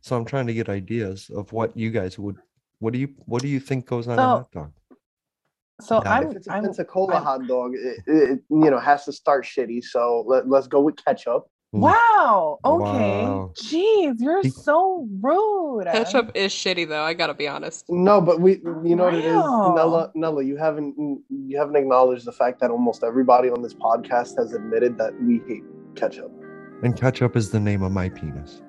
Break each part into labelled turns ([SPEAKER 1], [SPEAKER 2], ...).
[SPEAKER 1] So I'm trying to get ideas of what you guys would, what do you, what do you think goes on a
[SPEAKER 2] So,
[SPEAKER 1] hot dog?
[SPEAKER 2] So
[SPEAKER 1] Yeah.
[SPEAKER 2] I'm,
[SPEAKER 3] If it's a
[SPEAKER 2] I'm,
[SPEAKER 3] Pensacola
[SPEAKER 2] I'm-
[SPEAKER 3] hot dog, it, it it, you know has to start shitty. So let, let's go with ketchup.
[SPEAKER 1] Ooh.
[SPEAKER 2] wow. Okay.
[SPEAKER 1] Mm. Wow.
[SPEAKER 2] Jeez, you're
[SPEAKER 1] He-
[SPEAKER 2] so rude.
[SPEAKER 4] Ketchup is shitty though. I gotta be honest.
[SPEAKER 3] No, but we you know what it is,
[SPEAKER 2] Wow.
[SPEAKER 3] Nella. Nella, you haven't you haven't acknowledged the fact that almost everybody on this podcast has admitted that we hate ketchup.
[SPEAKER 1] And ketchup is the name of my penis.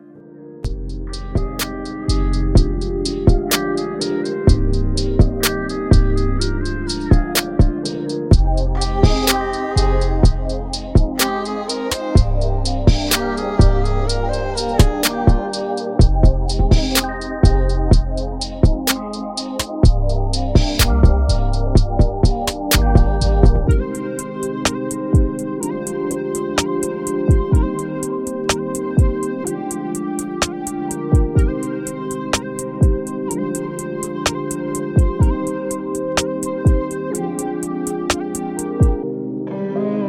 [SPEAKER 4] because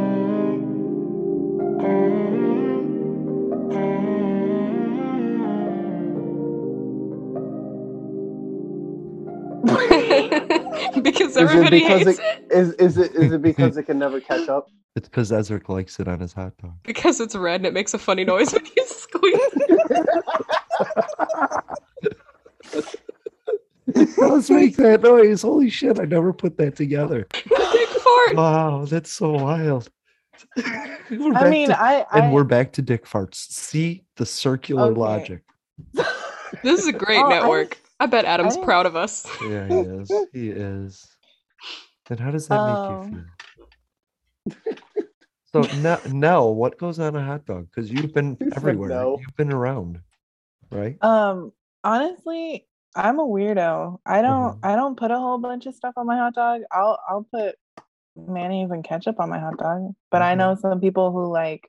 [SPEAKER 3] it
[SPEAKER 4] everybody
[SPEAKER 3] because it-
[SPEAKER 4] hates it.
[SPEAKER 3] Is is it is it because it can never catch up?
[SPEAKER 1] It's because Ezric likes it on his hot dog.
[SPEAKER 4] Because it's red and it makes a funny noise when you squeeze.
[SPEAKER 1] It does make that noise. Holy shit! I never put that together.
[SPEAKER 4] Big
[SPEAKER 1] Oh,
[SPEAKER 4] fart.
[SPEAKER 1] Wow, that's so wild. We're
[SPEAKER 2] I
[SPEAKER 1] back
[SPEAKER 2] mean,
[SPEAKER 1] to-
[SPEAKER 2] I, I
[SPEAKER 1] and we're back to dick farts. See the circular
[SPEAKER 2] Okay.
[SPEAKER 1] logic.
[SPEAKER 4] This is a great
[SPEAKER 2] Oh, I-
[SPEAKER 4] network. I, bet Adam's
[SPEAKER 2] I-
[SPEAKER 4] proud of us.
[SPEAKER 1] Yeah, he is. He is. And how does that
[SPEAKER 2] Oh.
[SPEAKER 1] make you feel? So now, Nell, what goes on a hot dog? Because you've been
[SPEAKER 3] He said
[SPEAKER 1] everywhere.
[SPEAKER 3] no.
[SPEAKER 1] You've been around, right?
[SPEAKER 2] um honestly, I'm a weirdo. I don't
[SPEAKER 1] Mm-hmm.
[SPEAKER 2] I don't put a whole bunch of stuff on my hot dog. I'll I'll put mayonnaise and ketchup on my hot dog. But I
[SPEAKER 1] Mhm.
[SPEAKER 2] know some people who like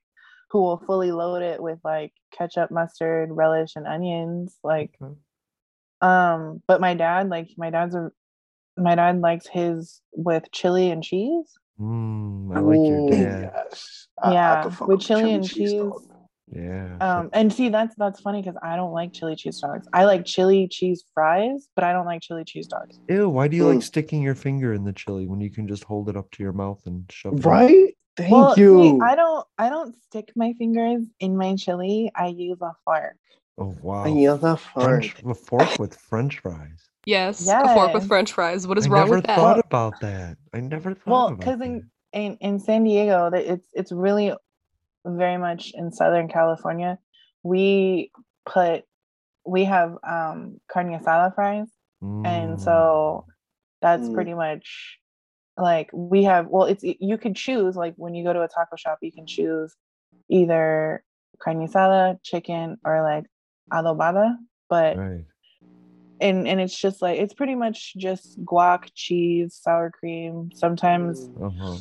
[SPEAKER 2] who will fully load it with like ketchup, mustard, relish, and onions. Like
[SPEAKER 1] Okay.
[SPEAKER 2] um, but my dad, like my dad's a my dad likes his with chili and cheese.
[SPEAKER 1] Mm, I like your
[SPEAKER 3] Ooh,
[SPEAKER 1] dad.
[SPEAKER 3] Oh, yes. I- I
[SPEAKER 2] Yeah,
[SPEAKER 3] could fuck
[SPEAKER 2] with
[SPEAKER 3] a
[SPEAKER 2] chili and
[SPEAKER 3] dog.
[SPEAKER 2] cheese.
[SPEAKER 1] Yeah.
[SPEAKER 2] Um, and see, that's that's funny because I don't like chili cheese dogs. I like chili cheese fries, but I don't like chili cheese dogs.
[SPEAKER 1] Ew, why do you like
[SPEAKER 3] Mm.
[SPEAKER 1] sticking your finger in the chili when you can just hold it up to your mouth and shove it?
[SPEAKER 3] Right? Thank
[SPEAKER 2] well, see,
[SPEAKER 3] you.
[SPEAKER 2] I don't I don't stick my fingers in my chili. I use a fork.
[SPEAKER 1] Oh wow.
[SPEAKER 3] Yeah, that fart.
[SPEAKER 1] French, a fork with French fries.
[SPEAKER 4] Yes, a fork with
[SPEAKER 2] Yes.
[SPEAKER 4] French fries. What is
[SPEAKER 1] I
[SPEAKER 4] wrong
[SPEAKER 1] never
[SPEAKER 4] with that?
[SPEAKER 1] thought about that. I never thought
[SPEAKER 2] Well,
[SPEAKER 1] about
[SPEAKER 2] because
[SPEAKER 1] that.
[SPEAKER 2] in, in in San Diego, that it's it's really very much in Southern California. We put we have um carne asada fries. and
[SPEAKER 1] Mm.
[SPEAKER 2] so that's
[SPEAKER 3] Mm.
[SPEAKER 2] pretty much like we have well it's you can choose like when you go to a taco shop you can choose either carne asada chicken or like adobada but
[SPEAKER 1] right.
[SPEAKER 2] and and it's just like it's pretty much just guac cheese sour cream sometimes
[SPEAKER 1] Uh-huh.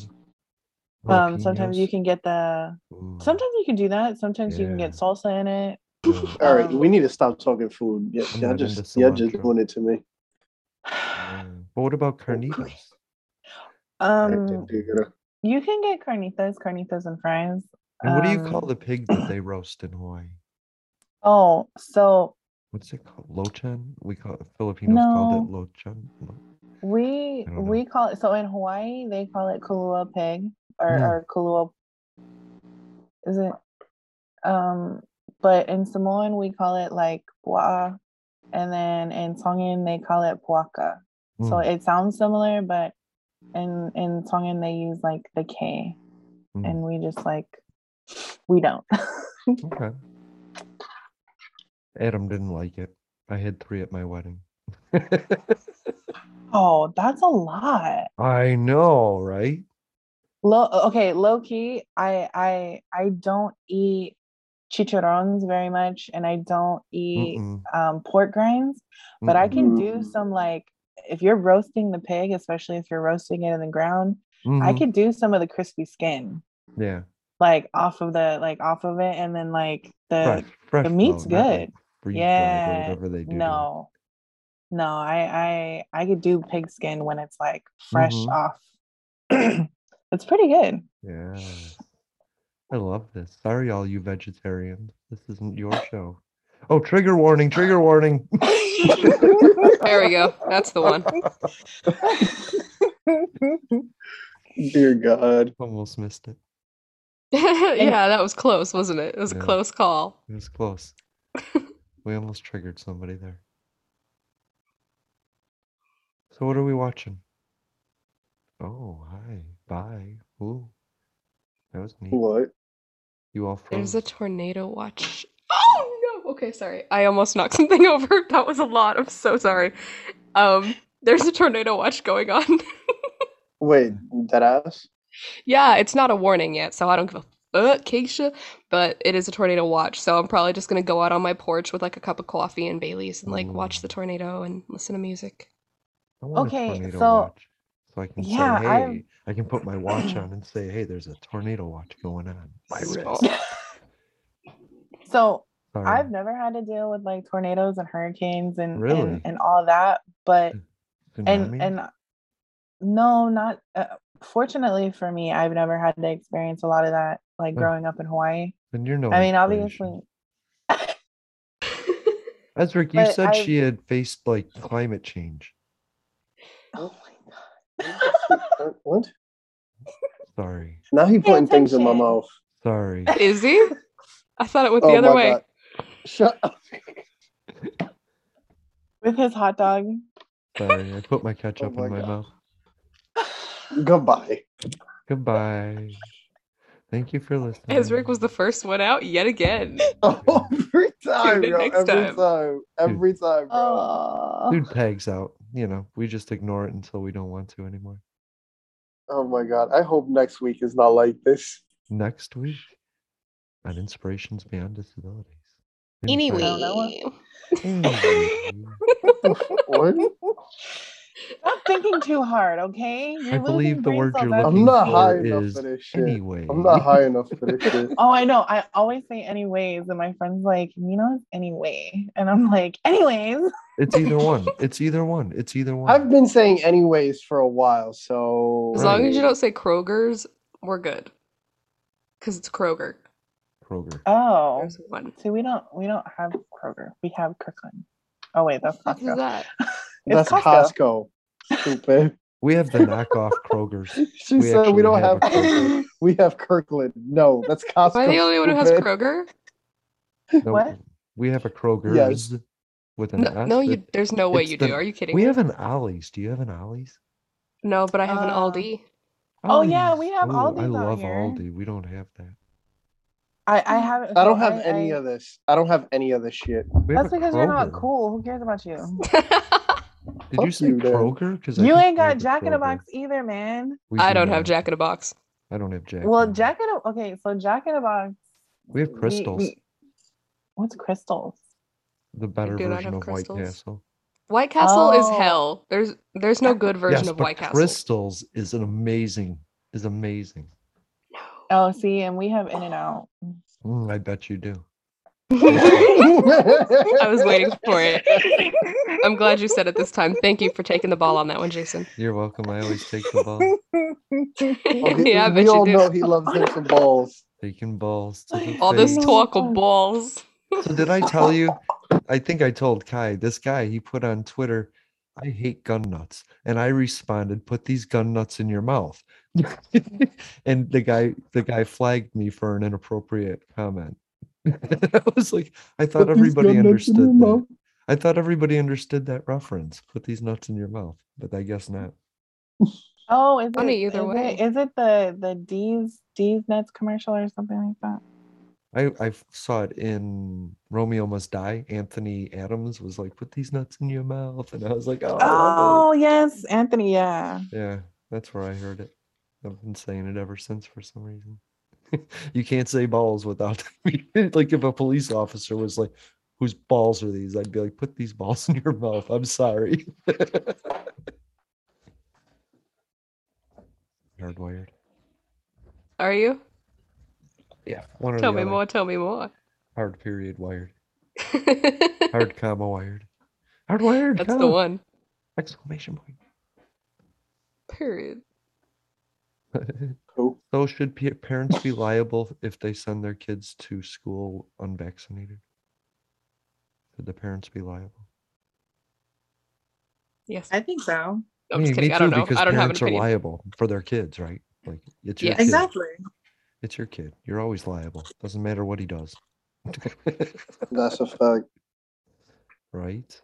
[SPEAKER 2] um sometimes you
[SPEAKER 1] Jalapenos?
[SPEAKER 2] can get the
[SPEAKER 1] Ooh.
[SPEAKER 2] sometimes you can do that sometimes you can get
[SPEAKER 1] Yeah.
[SPEAKER 2] salsa in it
[SPEAKER 1] Ooh.
[SPEAKER 3] All right,
[SPEAKER 2] Um,
[SPEAKER 3] we need to stop talking food. Yeah,
[SPEAKER 1] I'm
[SPEAKER 3] y'all
[SPEAKER 1] not into
[SPEAKER 3] just y'all just
[SPEAKER 1] cilantro.
[SPEAKER 3] doing it to me.
[SPEAKER 1] Yeah. But what
[SPEAKER 2] Oh,
[SPEAKER 1] about carnitas?
[SPEAKER 2] um you can get carnitas carnitas and fries
[SPEAKER 1] And what do you
[SPEAKER 2] um,
[SPEAKER 1] call the pig that they roast in Hawaii?
[SPEAKER 2] oh so
[SPEAKER 1] What's it called? Lochan? We call it Filipinos called it lochan. Lo- I
[SPEAKER 2] We
[SPEAKER 1] don't know.
[SPEAKER 2] we call it so in Hawaii they call it kulua pig or,
[SPEAKER 1] Mm.
[SPEAKER 2] or kulua is it um but in Samoan we call it like pua and then in Tongan they call it puaka. So
[SPEAKER 1] Mm,
[SPEAKER 2] it sounds similar but in in Tongan they use like the K
[SPEAKER 1] Mm.
[SPEAKER 2] and we just like we don't.
[SPEAKER 1] Okay. Adam didn't like it. I had three at my wedding.
[SPEAKER 2] oh, that's a lot.
[SPEAKER 1] I know, right?
[SPEAKER 2] low okay low key i i i don't eat chicharrones very much and i don't eat
[SPEAKER 1] Mm-mm,
[SPEAKER 2] um pork grinds but i
[SPEAKER 1] mm-mm,
[SPEAKER 2] can do
[SPEAKER 3] Mm.
[SPEAKER 2] some like if you're roasting the pig especially if you're roasting it in the ground i
[SPEAKER 1] mhm.
[SPEAKER 2] could do some of the crispy skin
[SPEAKER 1] Yeah.
[SPEAKER 2] like off of the like off of it and then like the
[SPEAKER 1] Fresh, fresh
[SPEAKER 2] the meat's
[SPEAKER 1] though, not like
[SPEAKER 2] good
[SPEAKER 1] freeze-dried or
[SPEAKER 2] Yeah,
[SPEAKER 1] Whatever they do. to it.
[SPEAKER 2] no no i i i could do pig skin when it's like fresh
[SPEAKER 1] Mhm.
[SPEAKER 2] off it's pretty good
[SPEAKER 1] Yeah. I love this. Sorry, all you vegetarians. This isn't your show. Oh, trigger warning, trigger warning.
[SPEAKER 4] There we go. That's the one.
[SPEAKER 3] Dear God.
[SPEAKER 1] Almost missed it.
[SPEAKER 4] yeah, that was close, wasn't it? It was a
[SPEAKER 1] Yeah.
[SPEAKER 4] close call.
[SPEAKER 1] It was close. we almost triggered somebody there. So what are we watching? Oh, hi. Bye. Ooh. That was neat.
[SPEAKER 3] What?
[SPEAKER 1] You all
[SPEAKER 4] There's
[SPEAKER 1] froze.
[SPEAKER 4] a tornado watch. Oh no! Okay, sorry. I almost knocked something over. That was a lot. I'm so sorry. Um, there's a tornado watch going on.
[SPEAKER 3] Wait, that ass?
[SPEAKER 4] yeah, it's not a warning yet, so I don't give a fuck, Keisha. But it is a tornado watch, so I'm probably just gonna go out on my porch with like a cup of coffee and Bailey's and like watch the
[SPEAKER 1] Ooh.
[SPEAKER 4] tornado and listen to music.
[SPEAKER 1] I want
[SPEAKER 2] Okay,
[SPEAKER 1] a tornado
[SPEAKER 2] so-
[SPEAKER 1] watch. So I can
[SPEAKER 2] Yeah,
[SPEAKER 1] say, hey,
[SPEAKER 2] I'm-
[SPEAKER 1] I can put my watch on and say, hey, there's a tornado watch going on. My wrist.
[SPEAKER 4] Small.
[SPEAKER 2] so
[SPEAKER 1] Sorry.
[SPEAKER 2] I've never had to deal with like tornadoes and hurricanes and
[SPEAKER 1] Really?
[SPEAKER 2] and, and all that, but and
[SPEAKER 1] Tsunami?
[SPEAKER 2] and uh, no, not uh, fortunately for me, I've never had to experience a lot of that like
[SPEAKER 1] Huh.
[SPEAKER 2] growing up in Hawaii.
[SPEAKER 1] Then you're no
[SPEAKER 2] I mean,
[SPEAKER 1] inspiration.
[SPEAKER 2] obviously,
[SPEAKER 1] As Rick, you
[SPEAKER 2] but
[SPEAKER 1] said
[SPEAKER 2] I've-
[SPEAKER 1] she had faced like climate change.
[SPEAKER 2] oh my
[SPEAKER 3] what?
[SPEAKER 1] Sorry.
[SPEAKER 3] Now he putting things in my
[SPEAKER 2] attention.
[SPEAKER 3] mouth.
[SPEAKER 1] Sorry.
[SPEAKER 4] Is he? I thought it went the
[SPEAKER 3] Oh
[SPEAKER 4] other
[SPEAKER 3] my
[SPEAKER 4] way.
[SPEAKER 3] God. Shut up.
[SPEAKER 2] with his hot dog.
[SPEAKER 1] Sorry. I put my ketchup
[SPEAKER 2] Oh
[SPEAKER 3] my
[SPEAKER 1] in my
[SPEAKER 3] God.
[SPEAKER 1] mouth.
[SPEAKER 3] Goodbye.
[SPEAKER 1] Goodbye. Thank you for listening.
[SPEAKER 4] As Rick was the first one out yet again.
[SPEAKER 2] Oh.
[SPEAKER 1] Yeah.
[SPEAKER 3] Every time,
[SPEAKER 4] in
[SPEAKER 3] bro.
[SPEAKER 4] next
[SPEAKER 3] Every
[SPEAKER 4] time.
[SPEAKER 3] time. Every time, bro.
[SPEAKER 2] Oh,
[SPEAKER 1] Dude tags out. You know, we just ignore it until we don't want to anymore.
[SPEAKER 3] Oh my god. I hope next week is not like this.
[SPEAKER 1] Next week on Inspirations Beyond Disabilities.
[SPEAKER 2] don't know what-
[SPEAKER 4] Anyway.
[SPEAKER 1] Anyway.
[SPEAKER 3] What?
[SPEAKER 2] stop thinking too hard, okay? You're
[SPEAKER 1] I believe
[SPEAKER 2] losing
[SPEAKER 1] the
[SPEAKER 2] brain
[SPEAKER 1] word
[SPEAKER 2] cells
[SPEAKER 1] you're
[SPEAKER 2] after-
[SPEAKER 1] looking
[SPEAKER 3] I'm not
[SPEAKER 1] for
[SPEAKER 3] high enough
[SPEAKER 1] is
[SPEAKER 3] for this shit.
[SPEAKER 1] anyway.
[SPEAKER 3] I'm not high enough for this shit.
[SPEAKER 2] Oh, I know. I always say anyways, and my friend's like, you know, it's anyway, and I'm like, anyways.
[SPEAKER 1] It's either one. It's either one. It's either one.
[SPEAKER 3] I've been saying anyways for a while, so
[SPEAKER 4] As long as you don't say Kroger's, we're good. Cause it's Kroger.
[SPEAKER 1] Kroger.
[SPEAKER 2] Oh,
[SPEAKER 4] There's one.
[SPEAKER 2] see, we don't we don't have Kroger. We have Kirkland. Oh wait, that's
[SPEAKER 4] What is
[SPEAKER 2] Costco.
[SPEAKER 4] that?
[SPEAKER 2] It's
[SPEAKER 3] that's Costco. Stupid.
[SPEAKER 1] We have the knockoff Kroger's.
[SPEAKER 3] She
[SPEAKER 1] We
[SPEAKER 3] said
[SPEAKER 1] actually
[SPEAKER 3] we don't
[SPEAKER 1] have a
[SPEAKER 3] have
[SPEAKER 1] Kroger.
[SPEAKER 3] Kirkland. we have Kirkland. No, that's Costco.
[SPEAKER 4] Am I the only one who has
[SPEAKER 3] stupid.
[SPEAKER 4] Kroger?
[SPEAKER 1] No,
[SPEAKER 2] What?
[SPEAKER 1] We have a Kroger's with an
[SPEAKER 4] No,
[SPEAKER 1] S.
[SPEAKER 4] no you
[SPEAKER 1] It-
[SPEAKER 4] there's no way
[SPEAKER 1] it's
[SPEAKER 4] you
[SPEAKER 1] the-
[SPEAKER 4] do. Are you kidding
[SPEAKER 1] We
[SPEAKER 4] me?
[SPEAKER 1] have an Ollie's. Do you have an Ollie's?
[SPEAKER 4] have no, but I have an
[SPEAKER 2] Uh,
[SPEAKER 4] Aldi.
[SPEAKER 2] Oh, yeah, we
[SPEAKER 1] Ollie's.
[SPEAKER 2] have
[SPEAKER 1] Ooh, I
[SPEAKER 2] Aldi's out
[SPEAKER 1] love
[SPEAKER 2] here.
[SPEAKER 1] Aldi. We don't have that.
[SPEAKER 2] I I haven't.
[SPEAKER 3] I
[SPEAKER 2] so
[SPEAKER 3] don't have any
[SPEAKER 2] I-
[SPEAKER 3] of this. I don't have any of this shit. Oh,
[SPEAKER 1] We have
[SPEAKER 2] That's
[SPEAKER 1] a
[SPEAKER 2] because you're not
[SPEAKER 1] Kroger.
[SPEAKER 2] cool. Who cares about you?
[SPEAKER 1] Uh, Did you
[SPEAKER 3] Fuck
[SPEAKER 1] say
[SPEAKER 3] you, man.
[SPEAKER 1] Kroger? Because
[SPEAKER 2] You ain't got Jack in the Box either, man.
[SPEAKER 4] I don't have Jack in a Box.
[SPEAKER 1] I don't have Jack.
[SPEAKER 2] Well,
[SPEAKER 1] in the
[SPEAKER 2] Jack in a okay, so Jack in a Box.
[SPEAKER 1] Box. We have
[SPEAKER 2] we-
[SPEAKER 1] crystals.
[SPEAKER 2] we- what's crystals?
[SPEAKER 1] The better
[SPEAKER 4] do not
[SPEAKER 1] version
[SPEAKER 4] have
[SPEAKER 1] of White
[SPEAKER 4] crystals.
[SPEAKER 1] Castle.
[SPEAKER 4] White Castle
[SPEAKER 2] Oh.
[SPEAKER 4] is hell. There's there's no good version
[SPEAKER 1] yes,
[SPEAKER 4] of
[SPEAKER 1] but
[SPEAKER 4] White Castle.
[SPEAKER 1] crystals is an amazing. Is amazing.
[SPEAKER 2] Oh, see, and we have In and Out.
[SPEAKER 1] Mm, I bet you do.
[SPEAKER 4] I was waiting for it. I'm glad you said it this time. Thank you for taking the ball on that one, Jason.
[SPEAKER 1] You're welcome. I always take the ball.
[SPEAKER 3] Okay,
[SPEAKER 4] yeah, I bet
[SPEAKER 3] we
[SPEAKER 4] you
[SPEAKER 3] all know
[SPEAKER 4] do.
[SPEAKER 3] he loves him some balls.
[SPEAKER 1] Taking balls to the
[SPEAKER 4] All this
[SPEAKER 1] face.
[SPEAKER 4] talk of balls.
[SPEAKER 1] So did I tell you? I think I told Kai, this guy, he put on Twitter, I hate gun nuts. And I responded, put these gun nuts in your mouth. and the guy, the guy flagged me for an inappropriate comment. I was like, I thought
[SPEAKER 3] Put these
[SPEAKER 1] everybody
[SPEAKER 3] gun nuts in
[SPEAKER 1] understood
[SPEAKER 3] your
[SPEAKER 1] that.
[SPEAKER 3] mouth.
[SPEAKER 1] I thought everybody understood that reference. Put these nuts in your mouth, but I guess not.
[SPEAKER 2] Oh, is it,
[SPEAKER 4] Funny either
[SPEAKER 2] is
[SPEAKER 4] way.
[SPEAKER 2] it is it the the D's D's Nuts commercial or something like that?
[SPEAKER 1] I, I f- saw it in Romeo Must Die. Anthony Adams was like, put these nuts in your mouth. And I was like, oh, I love it."
[SPEAKER 2] Oh yes, Anthony. Yeah.
[SPEAKER 1] Yeah, that's where I heard it. I've been saying it ever since for some reason. you can't say balls without like if a police officer was like, whose balls are these? I'd be like, put these balls in your mouth. I'm sorry. Hardwired.
[SPEAKER 4] Are you?
[SPEAKER 1] Yeah. One or
[SPEAKER 4] Tell
[SPEAKER 1] the
[SPEAKER 4] me
[SPEAKER 1] other.
[SPEAKER 4] more. Tell me more.
[SPEAKER 1] Hard period wired. Hard comma wired. Hardwired.
[SPEAKER 4] That's the
[SPEAKER 1] comma!
[SPEAKER 4] one.
[SPEAKER 1] Exclamation point.
[SPEAKER 4] Period.
[SPEAKER 3] Cool.
[SPEAKER 1] So should pa- parents be liable if they send their kids to school unvaccinated? Could the parents be liable?
[SPEAKER 4] Yes.
[SPEAKER 2] I think so.
[SPEAKER 4] No, I'm just kidding. I don't know.
[SPEAKER 1] Because
[SPEAKER 4] I don't have an
[SPEAKER 1] parents are
[SPEAKER 4] opinion.
[SPEAKER 1] liable for their kids, right? Like it's your
[SPEAKER 4] Yes.
[SPEAKER 1] kid.
[SPEAKER 2] Exactly.
[SPEAKER 1] It's your kid. You're always liable. Doesn't matter what he does.
[SPEAKER 3] That's a fact.
[SPEAKER 1] right?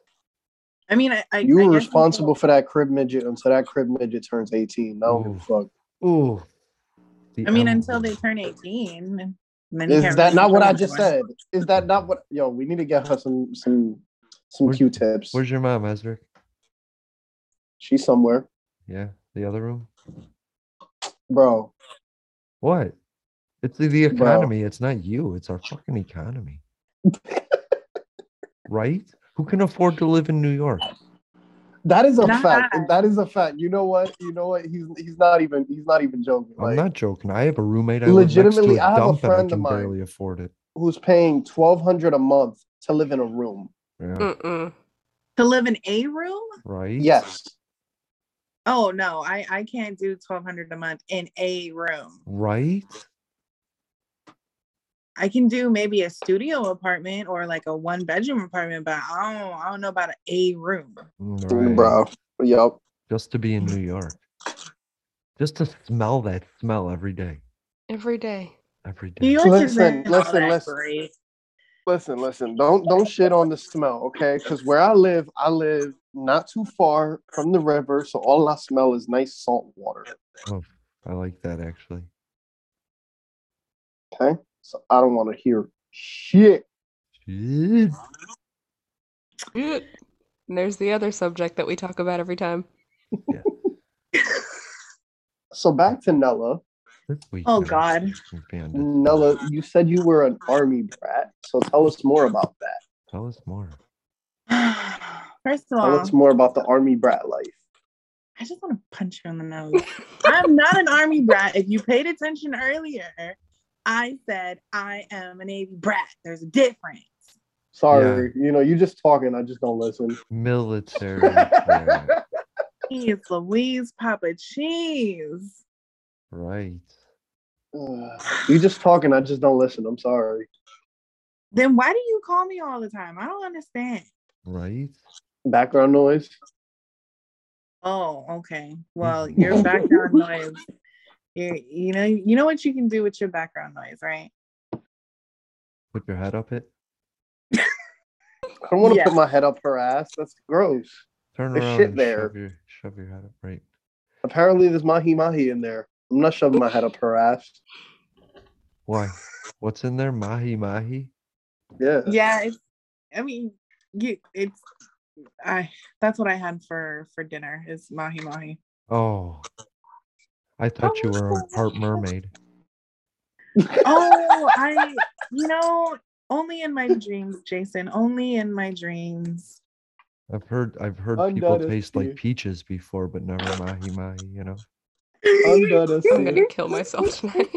[SPEAKER 2] I mean, I, I
[SPEAKER 3] You
[SPEAKER 2] I
[SPEAKER 3] were
[SPEAKER 2] guess
[SPEAKER 3] responsible for that crib midget until that crib midget turns 18. No,
[SPEAKER 1] Ooh.
[SPEAKER 3] fuck.
[SPEAKER 1] Ooh. The
[SPEAKER 2] I mean,
[SPEAKER 1] M
[SPEAKER 2] until they
[SPEAKER 1] word.
[SPEAKER 2] turn eighteen. and then you
[SPEAKER 3] Is
[SPEAKER 2] can't
[SPEAKER 3] that
[SPEAKER 2] really
[SPEAKER 3] not what
[SPEAKER 2] control
[SPEAKER 3] I
[SPEAKER 2] them
[SPEAKER 3] just
[SPEAKER 2] anymore.
[SPEAKER 3] said? Is that not what? Yo, we need to get her some some some
[SPEAKER 1] Where's-
[SPEAKER 3] Q-tips.
[SPEAKER 1] Where's your mom, Ezra?
[SPEAKER 3] She's somewhere,
[SPEAKER 1] Yeah, the other room.
[SPEAKER 3] bro.
[SPEAKER 1] What? It's the, the
[SPEAKER 3] Bro.
[SPEAKER 1] economy. It's not you. It's our fucking economy. right? Who can afford to live in New York?
[SPEAKER 3] That is a
[SPEAKER 2] Not
[SPEAKER 3] fact.
[SPEAKER 2] bad.
[SPEAKER 3] That is a fact. You know what? You know what? He's he's not even he's not even joking.
[SPEAKER 1] I'm
[SPEAKER 3] Like
[SPEAKER 1] not joking. I have a roommate. I legitimately,
[SPEAKER 3] Legitimately,
[SPEAKER 1] live next to
[SPEAKER 3] I
[SPEAKER 1] a
[SPEAKER 3] have a
[SPEAKER 1] dump and I
[SPEAKER 3] friend of
[SPEAKER 1] can
[SPEAKER 3] mine.
[SPEAKER 1] barely afford it.
[SPEAKER 3] who's paying twelve hundred a month to live in a room?
[SPEAKER 1] Yeah,
[SPEAKER 2] Mm.
[SPEAKER 4] Mm-mm.
[SPEAKER 2] to live in a room.
[SPEAKER 1] right?
[SPEAKER 3] Yes.
[SPEAKER 2] Oh no, I I can't do twelve hundred a month in a room.
[SPEAKER 1] Right?
[SPEAKER 2] I can do maybe a studio apartment or like a one bedroom apartment, but I don't I don't know about a room.
[SPEAKER 1] Right.
[SPEAKER 3] Bro. Yep.
[SPEAKER 1] Just to be in New York. Just to smell that smell every day.
[SPEAKER 4] Every day.
[SPEAKER 1] Every
[SPEAKER 2] New
[SPEAKER 1] day.
[SPEAKER 2] York
[SPEAKER 3] Listen,
[SPEAKER 2] isn't all
[SPEAKER 3] listen,
[SPEAKER 2] that
[SPEAKER 3] listen.
[SPEAKER 2] great.
[SPEAKER 3] Listen, listen. Don't don't shit on the smell, okay? Because where I live, I live not too far from the river, so all I smell is nice salt water.
[SPEAKER 1] I like that actually.
[SPEAKER 3] Okay, so I don't want to hear shit.
[SPEAKER 1] Shit.
[SPEAKER 4] And there's the other subject that we talk about every time.
[SPEAKER 3] So back to Nella.
[SPEAKER 1] This week
[SPEAKER 2] Oh,
[SPEAKER 1] I was
[SPEAKER 2] God.
[SPEAKER 1] thinking beyond it.
[SPEAKER 3] Nella, you said you were an army brat, so tell us more about that.
[SPEAKER 1] Tell us more.
[SPEAKER 2] First of
[SPEAKER 3] Tell
[SPEAKER 2] all,
[SPEAKER 3] us more about the army brat life.
[SPEAKER 2] I just want to punch you in the nose. I'm not an army brat. If you paid attention earlier, I said I am a navy brat. There's a difference.
[SPEAKER 3] Sorry, you know, you just talking. I just don't listen.
[SPEAKER 1] Military. brat,
[SPEAKER 2] Jeez Louise, Papa Cheese.
[SPEAKER 1] right.
[SPEAKER 3] you just talking. I just don't listen. I'm sorry.
[SPEAKER 2] Then why do you call me all the time? I don't understand.
[SPEAKER 1] Right?
[SPEAKER 3] Background noise.
[SPEAKER 2] Oh, okay. Well, your background noise. You, you know you know what you can do with your background noise, right?
[SPEAKER 1] Put your head up it.
[SPEAKER 3] I don't want to
[SPEAKER 2] Yeah.
[SPEAKER 3] put my head up her ass. That's gross.
[SPEAKER 1] Turn
[SPEAKER 3] There's
[SPEAKER 1] around
[SPEAKER 3] shit
[SPEAKER 1] and
[SPEAKER 3] there.
[SPEAKER 1] shove your shove your head up. Right.
[SPEAKER 3] Apparently, there's mahi mahi in there. I'm not shoving my head up her ass.
[SPEAKER 1] Why? What's in there? Mahi mahi?
[SPEAKER 3] Yeah.
[SPEAKER 2] Yeah, it's, I mean, you, it's I that's what I had for for dinner is mahi mahi.
[SPEAKER 1] Oh. I thought you were a part mermaid.
[SPEAKER 2] Oh, I, you know, only in my dreams, Jason. Only in my dreams.
[SPEAKER 1] I've heard I've heard people
[SPEAKER 3] Undoubtedly.
[SPEAKER 1] taste like peaches before, but never mahi mahi, you know.
[SPEAKER 3] Under the
[SPEAKER 4] I'm gonna
[SPEAKER 3] sea.
[SPEAKER 4] kill myself tonight.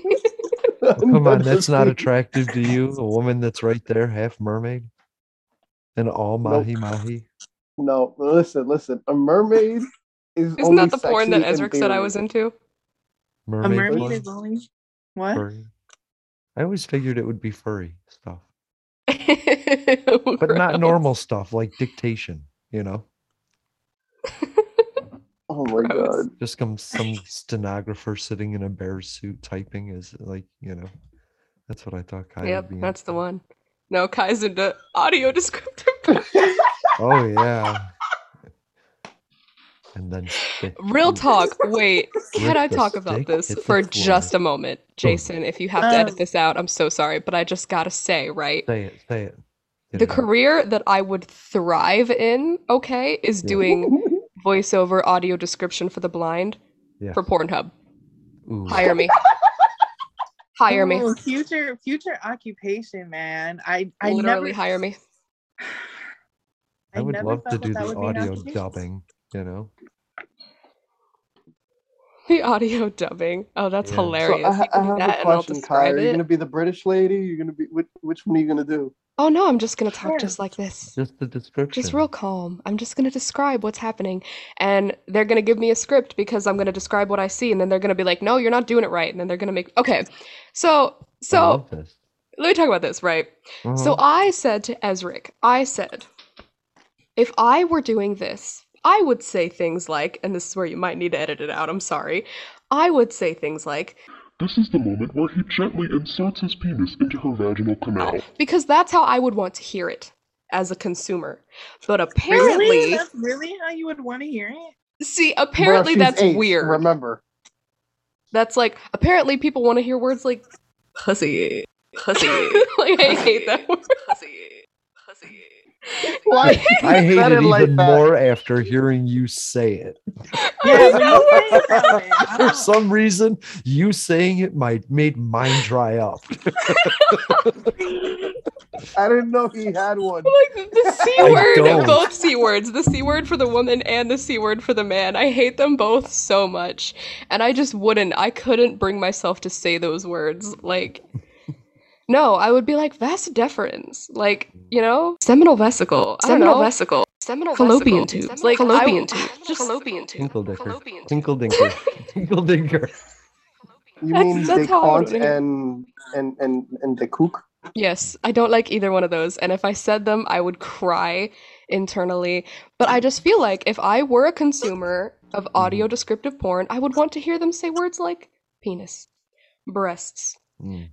[SPEAKER 1] Oh, come on,
[SPEAKER 3] Under
[SPEAKER 1] that's
[SPEAKER 3] the
[SPEAKER 1] not
[SPEAKER 3] sea.
[SPEAKER 1] attractive to you. A woman that's right there, half mermaid. And all
[SPEAKER 3] Nope.
[SPEAKER 1] mahi mahi.
[SPEAKER 3] No, listen, listen. A mermaid is
[SPEAKER 4] Isn't
[SPEAKER 3] only
[SPEAKER 4] that the porn
[SPEAKER 3] sexy
[SPEAKER 4] that Ezra said I
[SPEAKER 3] theory.
[SPEAKER 4] was into?
[SPEAKER 2] A
[SPEAKER 1] Mermaid.
[SPEAKER 2] mermaid
[SPEAKER 1] porn?
[SPEAKER 2] is only what?
[SPEAKER 1] Furry. I always figured it would be furry stuff.
[SPEAKER 4] but
[SPEAKER 1] But not normal stuff like dictation, you know.
[SPEAKER 3] Oh my
[SPEAKER 4] Gross.
[SPEAKER 3] god.
[SPEAKER 1] just some some stenographer sitting in a bear suit typing is like you know that's what i thought Kai
[SPEAKER 4] Yep,
[SPEAKER 1] would be
[SPEAKER 4] that's the
[SPEAKER 1] into.
[SPEAKER 4] one. No, Kai's into audio descriptive.
[SPEAKER 1] oh yeah and then spit.
[SPEAKER 4] Real talk. Wait,
[SPEAKER 1] Rip
[SPEAKER 4] can I
[SPEAKER 1] the
[SPEAKER 4] talk about
[SPEAKER 1] stick,
[SPEAKER 4] this
[SPEAKER 1] hit the
[SPEAKER 4] for
[SPEAKER 1] floor.
[SPEAKER 4] just a moment, Jason? If you have to edit
[SPEAKER 2] Um,
[SPEAKER 4] this out, I'm so sorry, but I just gotta say, right?
[SPEAKER 1] say it say it Get
[SPEAKER 4] The
[SPEAKER 1] it out.
[SPEAKER 4] career that I would thrive in, okay, is
[SPEAKER 1] Yeah.
[SPEAKER 4] doing voiceover audio description for the blind
[SPEAKER 1] yeah
[SPEAKER 4] for Pornhub.
[SPEAKER 1] Ooh,
[SPEAKER 4] Hire me. Hire me.
[SPEAKER 2] Ooh, Oh, future future occupation, man. I I never,
[SPEAKER 4] Literally hire me.
[SPEAKER 1] i would
[SPEAKER 2] never
[SPEAKER 1] love to
[SPEAKER 2] thought
[SPEAKER 1] do the
[SPEAKER 2] that would be an
[SPEAKER 1] audio
[SPEAKER 2] occupation.
[SPEAKER 1] dubbing you know
[SPEAKER 4] The audio dubbing. Oh, that's
[SPEAKER 1] Yeah. So I
[SPEAKER 3] So
[SPEAKER 4] hilarious.
[SPEAKER 3] I, ha-
[SPEAKER 4] You
[SPEAKER 3] I
[SPEAKER 4] do
[SPEAKER 3] have
[SPEAKER 4] that
[SPEAKER 3] a
[SPEAKER 4] and I'll
[SPEAKER 3] question, Kai.
[SPEAKER 4] describe
[SPEAKER 3] Are you
[SPEAKER 4] it.
[SPEAKER 3] gonna be the British lady? You're gonna be which, which one are you gonna do?
[SPEAKER 4] Oh no, I'm just gonna talk
[SPEAKER 2] Sure.
[SPEAKER 4] just like this.
[SPEAKER 1] just the description
[SPEAKER 4] Just real calm. I'm just gonna describe what's happening, and they're gonna give me a script because I'm gonna describe what I see, and then they're gonna be like, "No, you're not doing it right," and then they're gonna make okay. So,
[SPEAKER 1] i
[SPEAKER 4] so
[SPEAKER 1] love this
[SPEAKER 4] let me talk about this, right?
[SPEAKER 1] Uh-huh.
[SPEAKER 4] So I said to Ezric, I said, if I were doing this, I would say things like, and this is where you might need to edit it out, I'm sorry. I would say things like,
[SPEAKER 5] This is the moment where he gently inserts his penis into her vaginal canal.
[SPEAKER 4] because that's how I would want to hear it as a consumer. But apparently,
[SPEAKER 2] Really? That's really how you would want to hear it?
[SPEAKER 4] see, apparently
[SPEAKER 3] she's
[SPEAKER 4] that's
[SPEAKER 3] eight,
[SPEAKER 4] weird.
[SPEAKER 3] Remember,
[SPEAKER 4] That's like, apparently people want to hear words like pussy. Pussy. like, I hate that word. Pussy. Pussy.
[SPEAKER 3] Why-
[SPEAKER 1] I hate
[SPEAKER 3] Said
[SPEAKER 1] it even
[SPEAKER 3] like that.
[SPEAKER 1] more after hearing you say it.
[SPEAKER 2] Yeah,
[SPEAKER 4] I
[SPEAKER 2] when
[SPEAKER 4] know,
[SPEAKER 2] you
[SPEAKER 4] right?
[SPEAKER 2] say something, I
[SPEAKER 1] For
[SPEAKER 2] don't-
[SPEAKER 1] some reason, you saying it might made mine dry up.
[SPEAKER 3] I didn't know he had one.
[SPEAKER 4] Like the c
[SPEAKER 1] I
[SPEAKER 4] word,
[SPEAKER 1] don't.
[SPEAKER 4] both c words, the c word for the woman and the c word for the man. I hate them both so much, and I just wouldn't. I couldn't bring myself to say those words. Like, no, I would be like vas deferens, like you know, seminal vesicle, seminal vesicle, seminal fallopian tubes, like fallopian tube, just fallopian tube.
[SPEAKER 1] Tinkle dicker. Tinkle dinker. Tinkle dinker.
[SPEAKER 3] You
[SPEAKER 4] That's-
[SPEAKER 3] mean
[SPEAKER 4] that's
[SPEAKER 3] they
[SPEAKER 4] how I would
[SPEAKER 3] can't
[SPEAKER 4] hear it.
[SPEAKER 3] and and and and the cook?
[SPEAKER 4] Yes, I don't like either one of those, and if I said them, I would cry internally. But I just feel like if I were a consumer of audio descriptive porn, I would want to hear them say words like penis, breasts,
[SPEAKER 1] Mm.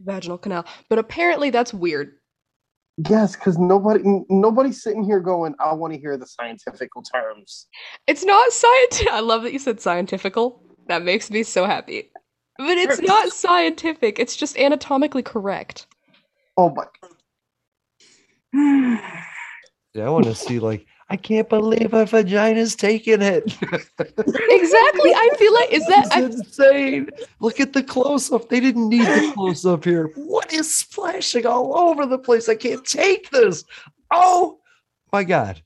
[SPEAKER 4] vaginal canal. But apparently that's weird.
[SPEAKER 3] Yes, because nobody n- nobody's sitting here going, I want to hear the scientific terms.
[SPEAKER 4] It's not scientific. I love that you said scientifical. That makes me so happy. But it's not scientific, it's just anatomically correct.
[SPEAKER 3] Oh my
[SPEAKER 1] Yeah, I want to see like I can't believe my vagina's taking it.
[SPEAKER 4] Exactly. I feel like is that
[SPEAKER 1] It's
[SPEAKER 4] I,
[SPEAKER 1] insane. Look at the close up. They didn't need the close up here. What is splashing all over the place? I can't take this. Oh my god.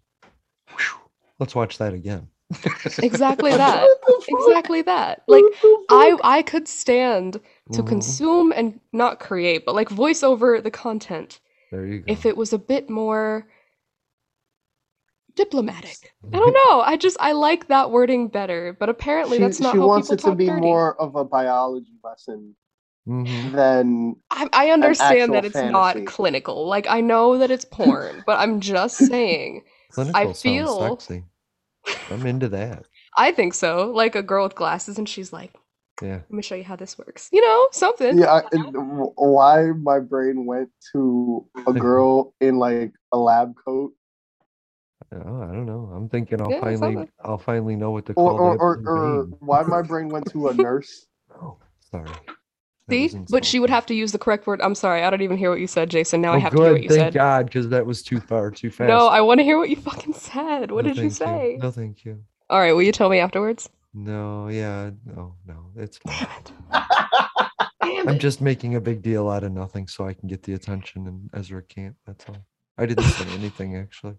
[SPEAKER 1] Whew. Let's watch that again.
[SPEAKER 4] exactly that. Exactly that. Like I I could stand to
[SPEAKER 3] Mm-hmm.
[SPEAKER 1] Mhm.
[SPEAKER 4] consume and not create, but like voice over the content
[SPEAKER 1] There you go.
[SPEAKER 4] if it was a bit more diplomatic. I don't know. I just I like that wording better, but apparently
[SPEAKER 3] she,
[SPEAKER 4] that's not
[SPEAKER 3] she
[SPEAKER 4] how
[SPEAKER 3] wants
[SPEAKER 4] people
[SPEAKER 3] it to
[SPEAKER 4] talk
[SPEAKER 3] be
[SPEAKER 4] dirty.
[SPEAKER 3] more of a biology lesson
[SPEAKER 1] Mhm.
[SPEAKER 3] than
[SPEAKER 4] I, I understand that it's
[SPEAKER 3] actual
[SPEAKER 4] not
[SPEAKER 3] fantasy.
[SPEAKER 4] clinical. Like I know that it's porn, but I'm just saying.
[SPEAKER 1] Clinical sounds
[SPEAKER 4] feel-
[SPEAKER 1] sexy. I'm into that.
[SPEAKER 4] I think so. Like a girl with glasses, and she's like,
[SPEAKER 1] Yeah.
[SPEAKER 4] "Let me show you how this works." You know, something.
[SPEAKER 3] yeah. I, and w- why my brain went to a girl in like a lab coat
[SPEAKER 1] Oh, I don't know. I'm thinking I'll
[SPEAKER 4] Yeah,
[SPEAKER 1] finally
[SPEAKER 4] something.
[SPEAKER 1] I'll finally know what to call
[SPEAKER 3] or or,
[SPEAKER 1] that
[SPEAKER 3] or,
[SPEAKER 1] in
[SPEAKER 3] or
[SPEAKER 1] vain.
[SPEAKER 3] why my brain went to a nurse.
[SPEAKER 1] Oh, sorry. That
[SPEAKER 4] See,
[SPEAKER 1] was
[SPEAKER 4] but she would
[SPEAKER 1] insulting.
[SPEAKER 4] have to use the correct word. I'm sorry, I don't even hear what you said, Jason. Now I
[SPEAKER 1] Oh,
[SPEAKER 4] have
[SPEAKER 1] good.
[SPEAKER 4] to hear what you
[SPEAKER 1] thank
[SPEAKER 4] said.
[SPEAKER 1] God, because that was too far, too fast.
[SPEAKER 4] No, I want to hear what you fucking said. What
[SPEAKER 1] No,
[SPEAKER 4] did you
[SPEAKER 1] thank
[SPEAKER 4] say?
[SPEAKER 1] No, thank you.
[SPEAKER 4] All right, will you tell me afterwards?
[SPEAKER 1] No, yeah, no, no. It's fine.
[SPEAKER 4] Damn it. Damn
[SPEAKER 1] I'm
[SPEAKER 4] it.
[SPEAKER 1] just making a big deal out of nothing so I can get the attention, and Ezra can't. That's all. I didn't say anything actually.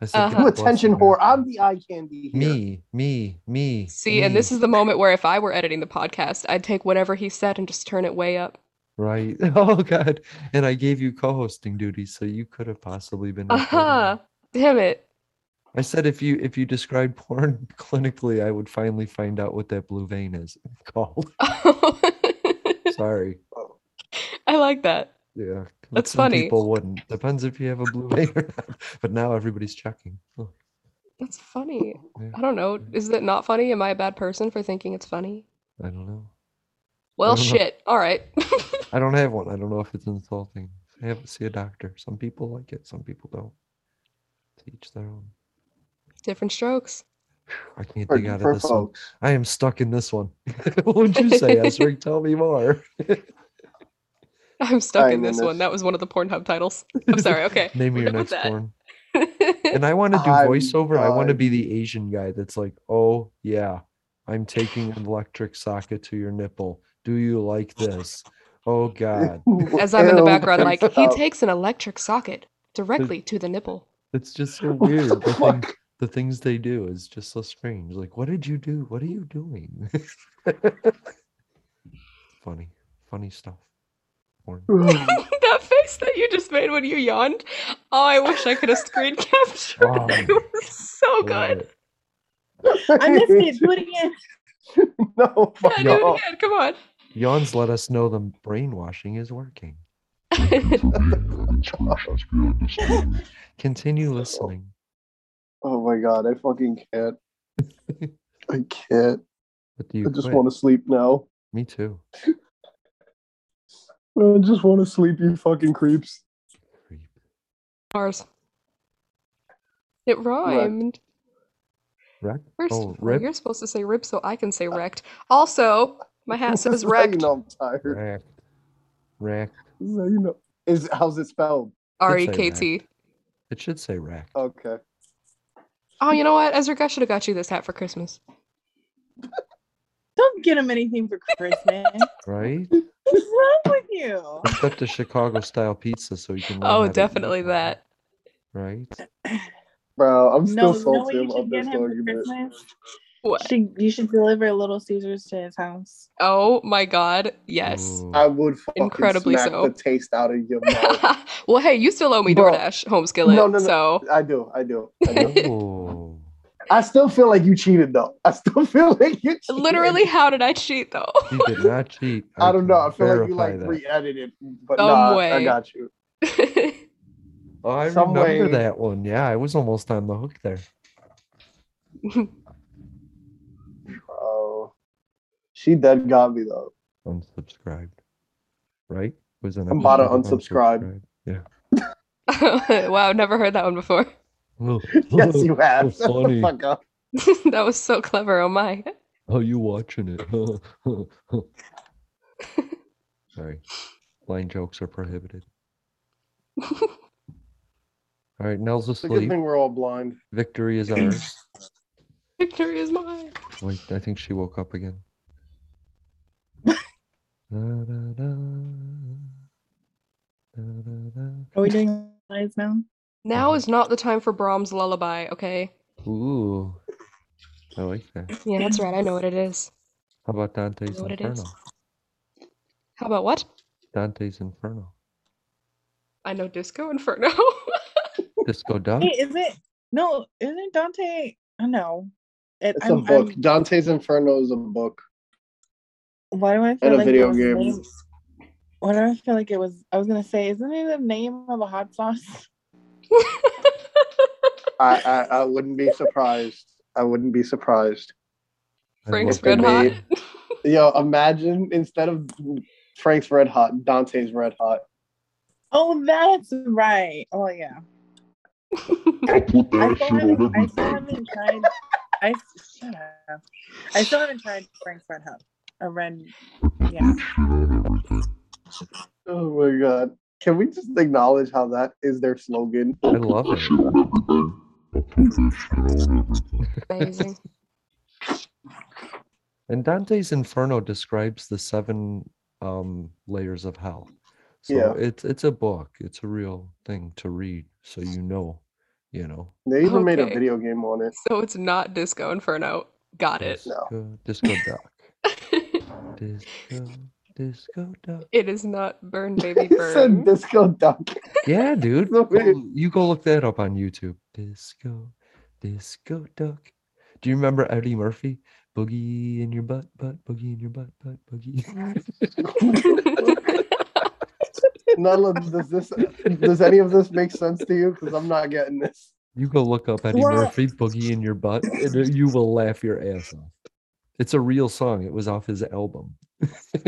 [SPEAKER 1] I said,
[SPEAKER 4] Uh-huh.
[SPEAKER 1] "God
[SPEAKER 3] You
[SPEAKER 1] bless
[SPEAKER 3] attention whore.
[SPEAKER 1] America."
[SPEAKER 3] I'm the eye candy here.
[SPEAKER 1] me, me, me.
[SPEAKER 4] See, and
[SPEAKER 1] me.
[SPEAKER 4] this is the moment where if I were editing the podcast, I'd take whatever he said and just turn it way up.
[SPEAKER 1] right. Oh God! And I gave you co-hosting duties, so you could have possibly been. recording
[SPEAKER 4] Uh-huh.
[SPEAKER 1] it.
[SPEAKER 4] Damn it.
[SPEAKER 1] I said if you if you describe porn clinically, I would finally find out what that blue vein is called.
[SPEAKER 4] I
[SPEAKER 1] Sorry.
[SPEAKER 4] like that.
[SPEAKER 1] Yeah, but
[SPEAKER 4] That's
[SPEAKER 1] some
[SPEAKER 4] funny.
[SPEAKER 1] People wouldn't. Depends if you have a blue vein or not. But now everybody's checking. Oh,
[SPEAKER 4] That's funny.
[SPEAKER 1] Yeah.
[SPEAKER 4] I don't know. Is it not funny? Am I a bad person for thinking it's funny?
[SPEAKER 1] I don't know.
[SPEAKER 4] Well,
[SPEAKER 1] don't know.
[SPEAKER 4] shit. All right.
[SPEAKER 1] I don't have one. I don't know if it's insulting. I have see a doctor. Some people like it. Some people don't. To each their own.
[SPEAKER 4] Different strokes.
[SPEAKER 1] I can't dig
[SPEAKER 3] For,
[SPEAKER 1] out
[SPEAKER 3] for
[SPEAKER 1] of this one.
[SPEAKER 3] folks.
[SPEAKER 1] I am stuck in this one. what would you say, Ezric? Tell me more.
[SPEAKER 4] I'm stuck
[SPEAKER 3] I'm
[SPEAKER 4] in
[SPEAKER 3] in
[SPEAKER 4] this one.
[SPEAKER 3] this.
[SPEAKER 4] That was one of the Pornhub titles. I'm sorry. Okay.
[SPEAKER 1] Name me your
[SPEAKER 4] We're done with
[SPEAKER 1] next
[SPEAKER 4] that.
[SPEAKER 1] porn. And I want to do
[SPEAKER 3] I'm
[SPEAKER 1] voiceover. I want to
[SPEAKER 3] done.
[SPEAKER 1] be the Asian guy that's like, oh yeah, I'm taking an electric socket to your nipple. Do you like this? Oh God.
[SPEAKER 4] As I'm in the
[SPEAKER 3] Ew,
[SPEAKER 4] background, like,
[SPEAKER 3] freaks
[SPEAKER 4] he
[SPEAKER 3] out.
[SPEAKER 4] takes an electric socket directly to the nipple.
[SPEAKER 1] It's just so
[SPEAKER 3] What
[SPEAKER 1] weird.
[SPEAKER 3] the
[SPEAKER 1] The, thing,
[SPEAKER 3] fuck?
[SPEAKER 1] the things they do is just so strange. Like, what did you do? What are you doing? funny, funny stuff. Porn. Oh,
[SPEAKER 4] that face that you just made when you yawned. Oh, I wish I could have screen captured.
[SPEAKER 1] Oh,
[SPEAKER 4] it was so
[SPEAKER 1] love
[SPEAKER 4] good.
[SPEAKER 1] it.
[SPEAKER 2] I missed it. Do it again.
[SPEAKER 3] no,
[SPEAKER 4] Yeah,
[SPEAKER 3] fuck
[SPEAKER 4] do it
[SPEAKER 3] off.
[SPEAKER 4] again. Come on.
[SPEAKER 1] Yawns let us know the brainwashing is working.
[SPEAKER 5] inspirations beyond the story.
[SPEAKER 1] Continue listening.
[SPEAKER 3] Oh my god, I fucking can't. I can't.
[SPEAKER 1] But do you
[SPEAKER 3] I just
[SPEAKER 1] quit?
[SPEAKER 3] want to sleep now.
[SPEAKER 1] Me too.
[SPEAKER 3] I just want to sleep, you fucking creeps.
[SPEAKER 1] Creep.
[SPEAKER 4] Mars. It rhymed.
[SPEAKER 1] Wreck?
[SPEAKER 4] First,
[SPEAKER 1] Oh,
[SPEAKER 4] well,
[SPEAKER 1] rip.
[SPEAKER 4] you're supposed to say rip so I can say wrecked. Also, my hat
[SPEAKER 3] This
[SPEAKER 4] says
[SPEAKER 3] is how you
[SPEAKER 4] wrecked.
[SPEAKER 3] know I'm tired.
[SPEAKER 1] Wreck. Wreck.
[SPEAKER 3] This is how you know. Is how's it spelled?
[SPEAKER 4] R E K T.
[SPEAKER 1] It should say rack.
[SPEAKER 3] Okay.
[SPEAKER 4] Oh, you know what? Ezra, I should have got you this hat for Christmas.
[SPEAKER 2] Don't get him anything for Christmas.
[SPEAKER 1] Right?
[SPEAKER 2] What's wrong with you?
[SPEAKER 1] Except a Chicago style pizza so you can learn how
[SPEAKER 4] Oh,
[SPEAKER 1] to eat
[SPEAKER 4] definitely
[SPEAKER 1] it,
[SPEAKER 4] that.
[SPEAKER 1] Right?
[SPEAKER 3] Bro, I'm
[SPEAKER 2] No,
[SPEAKER 3] still
[SPEAKER 2] you know what
[SPEAKER 3] salty
[SPEAKER 2] you
[SPEAKER 3] about
[SPEAKER 2] should get
[SPEAKER 3] this
[SPEAKER 2] him for
[SPEAKER 3] argument.
[SPEAKER 2] Christmas?
[SPEAKER 4] What?
[SPEAKER 2] Should- you should deliver Little Caesars to his house.
[SPEAKER 4] Oh my god, yes.
[SPEAKER 1] Ooh.
[SPEAKER 3] I would fucking
[SPEAKER 4] Incredibly
[SPEAKER 3] smack
[SPEAKER 4] so.
[SPEAKER 3] the taste out of your mouth.
[SPEAKER 4] well, hey, you still owe me
[SPEAKER 3] Bro.
[SPEAKER 4] DoorDash, home skillet.
[SPEAKER 3] No, no, no.
[SPEAKER 4] So
[SPEAKER 3] I do, I do, I do.
[SPEAKER 1] Oh.
[SPEAKER 3] I still feel like you cheated though. I still feel like you cheated.
[SPEAKER 4] literally, how did I cheat though?
[SPEAKER 1] You did not cheat.
[SPEAKER 3] I don't
[SPEAKER 1] can
[SPEAKER 3] know. I feel like
[SPEAKER 1] verify
[SPEAKER 3] you like
[SPEAKER 1] that.
[SPEAKER 3] re-edited, but
[SPEAKER 4] Some
[SPEAKER 3] nah, I
[SPEAKER 4] way.
[SPEAKER 3] got you.
[SPEAKER 1] Oh, I
[SPEAKER 3] some
[SPEAKER 1] remember
[SPEAKER 3] way-
[SPEAKER 1] that one. Yeah, I was almost on the hook there.
[SPEAKER 3] Oh, she dead got me though.
[SPEAKER 1] Unsubscribed. Right? Was an
[SPEAKER 3] I'm about to
[SPEAKER 1] episode of
[SPEAKER 3] unsubscribe.
[SPEAKER 4] wow, never heard that one before.
[SPEAKER 1] unsubscribed.
[SPEAKER 3] Yes, you have.
[SPEAKER 1] That's funny.
[SPEAKER 3] Fuck up.
[SPEAKER 4] that was so clever. Oh my.
[SPEAKER 1] Oh, you watching it? Sorry. Blind jokes are prohibited. All right, Nell's
[SPEAKER 3] It's a good
[SPEAKER 1] asleep.
[SPEAKER 3] thing we're all blind.
[SPEAKER 1] Victory is ours.
[SPEAKER 4] Victory is mine.
[SPEAKER 1] Wait, I think she woke up again. Da, da, da. Da, da,
[SPEAKER 2] Are we doing lives now?
[SPEAKER 4] Now
[SPEAKER 1] Mhm.
[SPEAKER 4] is not the time for Brahms' lullaby, okay?
[SPEAKER 1] da. Ooh. I like that.
[SPEAKER 4] Yeah, that's right. I know what it is.
[SPEAKER 1] How about Dante's
[SPEAKER 4] know what it is?
[SPEAKER 1] Inferno?
[SPEAKER 4] How about what?
[SPEAKER 1] Dante's Inferno.
[SPEAKER 4] I know Disco Inferno.
[SPEAKER 1] Disco Duck?
[SPEAKER 2] Wait, is it? No, isn't Dante? I know. It,
[SPEAKER 3] It's a
[SPEAKER 2] I'm-
[SPEAKER 3] book.
[SPEAKER 2] I'm-
[SPEAKER 3] Dante's Inferno is a book.
[SPEAKER 2] why do I feel
[SPEAKER 3] And a
[SPEAKER 2] like it
[SPEAKER 3] video
[SPEAKER 2] was
[SPEAKER 3] game.
[SPEAKER 2] named- Why do I feel like it was? I was gonna say, isn't it the name of a hot sauce?
[SPEAKER 3] I, I I wouldn't be surprised. I wouldn't be surprised.
[SPEAKER 1] I
[SPEAKER 4] Frank's
[SPEAKER 1] love
[SPEAKER 4] Red
[SPEAKER 1] that.
[SPEAKER 4] Hot.
[SPEAKER 3] made. Yo, imagine instead of Frank's Red Hot, Dante's Red Hot.
[SPEAKER 2] Oh, that's right. Oh yeah.
[SPEAKER 5] I'll put
[SPEAKER 2] I
[SPEAKER 5] that shit
[SPEAKER 2] still
[SPEAKER 5] on
[SPEAKER 2] haven't, I still
[SPEAKER 5] everything.
[SPEAKER 2] haven't tried. I shut up. I still haven't tried Frank's Red Hot. A red. Yeah.
[SPEAKER 3] Oh my god. Can we just acknowledge how that is their slogan?
[SPEAKER 1] I love
[SPEAKER 5] That
[SPEAKER 1] it.
[SPEAKER 5] shit on everything. I'll put that shit on everything.
[SPEAKER 4] Amazing.
[SPEAKER 1] And Dante's Inferno describes the seven um, layers of hell. So
[SPEAKER 3] Yeah.
[SPEAKER 1] it's it's a book. It's a real thing to read, so you know, you know.
[SPEAKER 3] They even made a
[SPEAKER 4] Okay.
[SPEAKER 3] video game on it.
[SPEAKER 4] So it's not Disco Inferno. Got it.
[SPEAKER 1] Disco, disco duck. Disco, disco duck.
[SPEAKER 4] It is not Burn Baby
[SPEAKER 3] It said
[SPEAKER 4] Burn.
[SPEAKER 3] Disco Duck.
[SPEAKER 1] Yeah, dude.
[SPEAKER 3] No,
[SPEAKER 1] Go-
[SPEAKER 3] it-
[SPEAKER 1] you go look that up on YouTube. Disco, disco duck. Do you remember Eddie Murphy? Boogie in your butt, butt, boogie in your butt, butt, boogie.
[SPEAKER 3] None of does this does any of this make sense to you? Because I'm not getting this.
[SPEAKER 1] You go look up Eddie
[SPEAKER 2] Well-
[SPEAKER 1] Murphy, Boogie in Your Butt, and uh, you will laugh your ass off. It's a real song. It was off his album.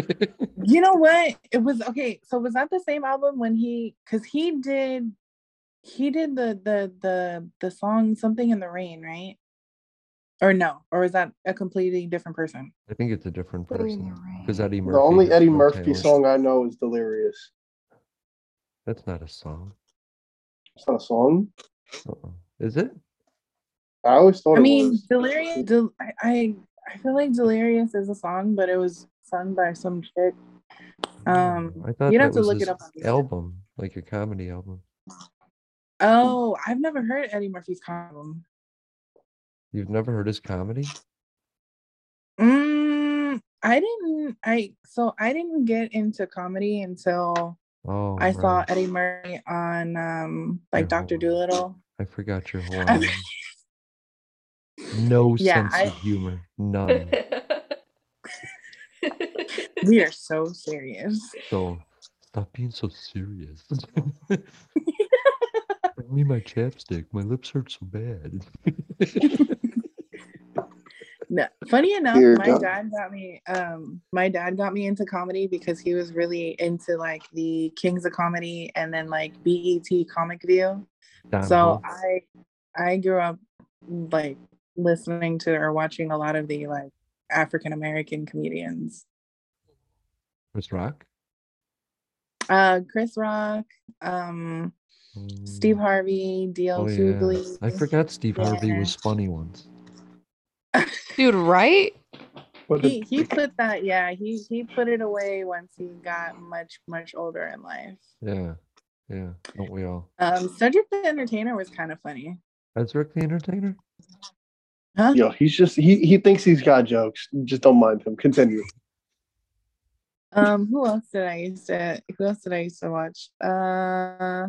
[SPEAKER 2] You know what? It was okay. So was that the same album when he? Because he did, he did the the the the song "Something in the Rain," right? Or no? Or is that a completely different person?
[SPEAKER 1] I think it's a different person because
[SPEAKER 4] Because
[SPEAKER 1] Eddie Murphy.
[SPEAKER 3] The only
[SPEAKER 1] has
[SPEAKER 3] Eddie
[SPEAKER 1] no
[SPEAKER 3] Murphy
[SPEAKER 1] talent.
[SPEAKER 3] song I know is Delirious.
[SPEAKER 1] That's not a song.
[SPEAKER 3] It's not a song.
[SPEAKER 1] Uh-uh. Is it?
[SPEAKER 3] I always thought
[SPEAKER 2] I
[SPEAKER 3] it
[SPEAKER 2] mean,
[SPEAKER 3] was.
[SPEAKER 2] delirious. Del- I, I I feel like delirious is a song, but it was sung by some chick. Um,
[SPEAKER 1] I thought
[SPEAKER 2] you'd
[SPEAKER 1] that
[SPEAKER 2] have to
[SPEAKER 1] was
[SPEAKER 2] look it
[SPEAKER 1] his
[SPEAKER 2] up on YouTube.
[SPEAKER 1] album, like a comedy album.
[SPEAKER 2] Oh, I've never heard Eddie Murphy's album.
[SPEAKER 1] You've never heard his comedy?
[SPEAKER 2] Mm, I didn't. I so I didn't get into comedy until
[SPEAKER 1] Oh,
[SPEAKER 2] I saw
[SPEAKER 1] right.
[SPEAKER 2] Eddie Murphy on um like
[SPEAKER 1] Yeah,
[SPEAKER 2] Doctor
[SPEAKER 1] hold on.
[SPEAKER 2] Doolittle.
[SPEAKER 1] I forgot your Hawaiian. No
[SPEAKER 2] Yeah,
[SPEAKER 1] sense
[SPEAKER 2] I-
[SPEAKER 1] of humor. None.
[SPEAKER 2] We are so serious.
[SPEAKER 1] So Stop being so serious. Bring me my chapstick. My lips hurt so bad.
[SPEAKER 2] No, funny enough,
[SPEAKER 3] Dear
[SPEAKER 2] my
[SPEAKER 3] God.
[SPEAKER 2] dad got me. Um, my dad got me into comedy because he was really into like the Kings of Comedy and then like BET Comic View.
[SPEAKER 1] Don
[SPEAKER 2] So
[SPEAKER 1] Ho.
[SPEAKER 2] I, I grew up like listening to or watching a lot of the like African American comedians.
[SPEAKER 1] Chris Rock.
[SPEAKER 2] Uh, Chris Rock, um, Steve
[SPEAKER 1] Mm.
[SPEAKER 2] Harvey, DL
[SPEAKER 1] Oh, yeah.
[SPEAKER 2] Hughley.
[SPEAKER 1] I forgot Steve Harvey was
[SPEAKER 2] Yeah.
[SPEAKER 1] funny once.
[SPEAKER 4] Dude, right?
[SPEAKER 3] What
[SPEAKER 2] He
[SPEAKER 3] the,
[SPEAKER 2] he put that yeah he he put it away once he got much much older in life.
[SPEAKER 1] Yeah. Yeah. Don't we all?
[SPEAKER 2] Um, Cedric the Entertainer was kind of funny.
[SPEAKER 1] That's Rick the Entertainer?
[SPEAKER 2] Huh?
[SPEAKER 3] yo, he's just he he thinks he's got jokes. Just don't mind him. Continue.
[SPEAKER 2] Um, who else did I used to who else did I used to watch? Uh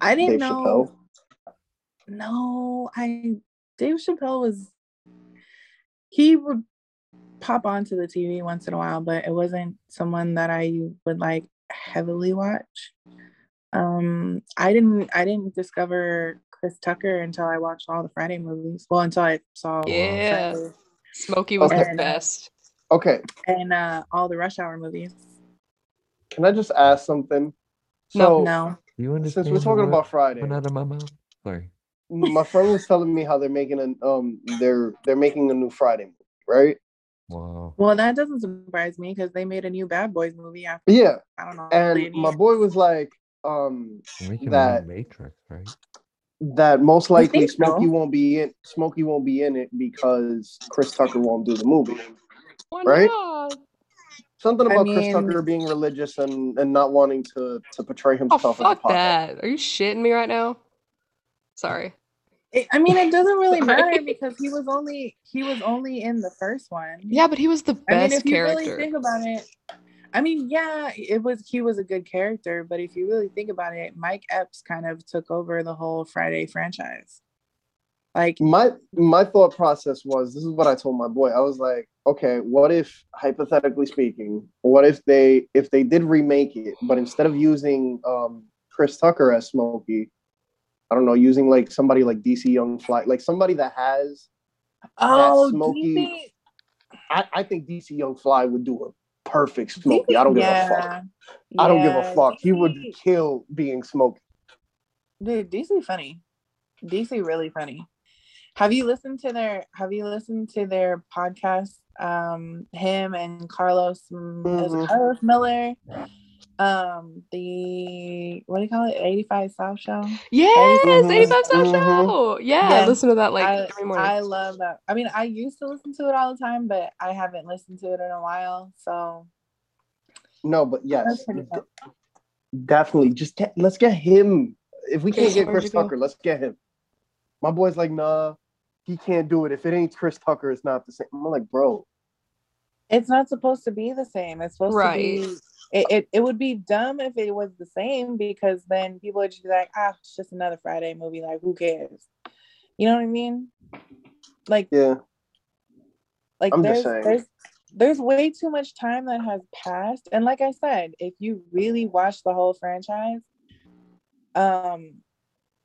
[SPEAKER 2] I didn't
[SPEAKER 3] Dave
[SPEAKER 2] know.
[SPEAKER 3] Chappelle.
[SPEAKER 2] No, I Dave Chappelle was he would pop onto the TV once in a while, but it wasn't someone that I would like heavily watch. Um I didn't I didn't discover Chris Tucker until I watched all the Friday movies. Well, until I saw
[SPEAKER 4] Yeah.
[SPEAKER 2] Friday
[SPEAKER 4] Smokey was the
[SPEAKER 2] Okay.
[SPEAKER 4] best.
[SPEAKER 3] Okay,
[SPEAKER 2] and uh all the rush hour movies.
[SPEAKER 3] can I just ask something? So
[SPEAKER 2] no.
[SPEAKER 1] Do you understand?
[SPEAKER 3] since we're talking
[SPEAKER 1] what
[SPEAKER 3] about Friday,
[SPEAKER 1] went out of my mouth? Sorry.
[SPEAKER 3] my friend was telling me how they're making an um they're they're making a new Friday movie, right?
[SPEAKER 1] Wow.
[SPEAKER 2] Well, that doesn't surprise me because they made a new Bad Boys movie after
[SPEAKER 3] Yeah,
[SPEAKER 2] I don't know.
[SPEAKER 3] and
[SPEAKER 2] Lady.
[SPEAKER 3] my boy was like, um,
[SPEAKER 1] They're making a
[SPEAKER 3] That-
[SPEAKER 1] new Matrix, right?
[SPEAKER 3] that most
[SPEAKER 2] I
[SPEAKER 3] likely
[SPEAKER 2] think so.
[SPEAKER 3] Smokey won't be in Smokey won't be in it because Chris Tucker won't do the movie.
[SPEAKER 4] Why
[SPEAKER 3] Right?
[SPEAKER 4] not?
[SPEAKER 3] Something
[SPEAKER 2] I
[SPEAKER 3] about Chris
[SPEAKER 2] mean-
[SPEAKER 3] Tucker being religious and, and not wanting to to portray
[SPEAKER 4] Oh
[SPEAKER 3] himself as a
[SPEAKER 4] fuck
[SPEAKER 3] pothead.
[SPEAKER 4] that. Are you shitting me right now? Sorry.
[SPEAKER 2] It- I mean, it doesn't really
[SPEAKER 4] Sorry.
[SPEAKER 2] matter because he was only he was only in the first one.
[SPEAKER 4] Yeah, but he was the
[SPEAKER 2] I mean,
[SPEAKER 4] best
[SPEAKER 2] if you
[SPEAKER 4] character.
[SPEAKER 2] really think about it, I mean, yeah, it was he was a good character, but if you really think about it, Mike Epps kind of took over the whole Friday franchise. Like,
[SPEAKER 3] my my thought process was this is what I told my boy. I was like, okay, what if hypothetically speaking, what if they if they did remake it, but instead of using um Chris Tucker as Smokey, I don't know, using like somebody like DC Young Fly, like somebody that has
[SPEAKER 2] oh,
[SPEAKER 3] Smokey-
[SPEAKER 2] Dinky-
[SPEAKER 3] I, I think DC Young Fly would do a perfect Smokey. I don't give a fuck.
[SPEAKER 2] yeah,
[SPEAKER 3] I don't give
[SPEAKER 2] yeah,
[SPEAKER 3] a fuck. He would
[SPEAKER 2] Dinky-
[SPEAKER 3] kill being Smokey.
[SPEAKER 2] Dude, DC funny. DC really funny. Have you listened to their Have you listened to their podcast? Um, him and Carlos, mm, is it
[SPEAKER 3] Mhm.
[SPEAKER 2] Carlos Miller. Um, the what do you call it? Eighty Five South Show.
[SPEAKER 4] Yes,
[SPEAKER 3] Mhm,
[SPEAKER 4] 85 South
[SPEAKER 3] mhm.
[SPEAKER 4] Show. Yeah, I
[SPEAKER 2] Mm-hmm. Yes,
[SPEAKER 4] listen to that like
[SPEAKER 2] I
[SPEAKER 4] every morning.
[SPEAKER 2] I love that. I mean, I used to listen to it all the time, but I haven't listened to it in a while. So
[SPEAKER 3] No, but yes,
[SPEAKER 2] Oh, That's pretty funny.
[SPEAKER 3] definitely. Just get, let's get him. If we can't
[SPEAKER 4] Jason,
[SPEAKER 3] get
[SPEAKER 4] where'd
[SPEAKER 3] Chris
[SPEAKER 4] you go?
[SPEAKER 3] Tucker, let's get him. My boy's like, nah, he can't do it. If it ain't Chris Tucker, it's not the same. I'm like, bro,
[SPEAKER 2] it's not supposed to be the same. It's supposed
[SPEAKER 4] Right.
[SPEAKER 2] to be. It, it, it would be dumb if it was the same because then people would just be like, ah, it's just another Friday movie. Like, who cares? You know what I mean? Like,
[SPEAKER 3] yeah,
[SPEAKER 2] like
[SPEAKER 3] I'm
[SPEAKER 2] there's
[SPEAKER 3] just saying.
[SPEAKER 2] there's there's way too much time that has passed. And like I said, if you really watch the whole franchise, um,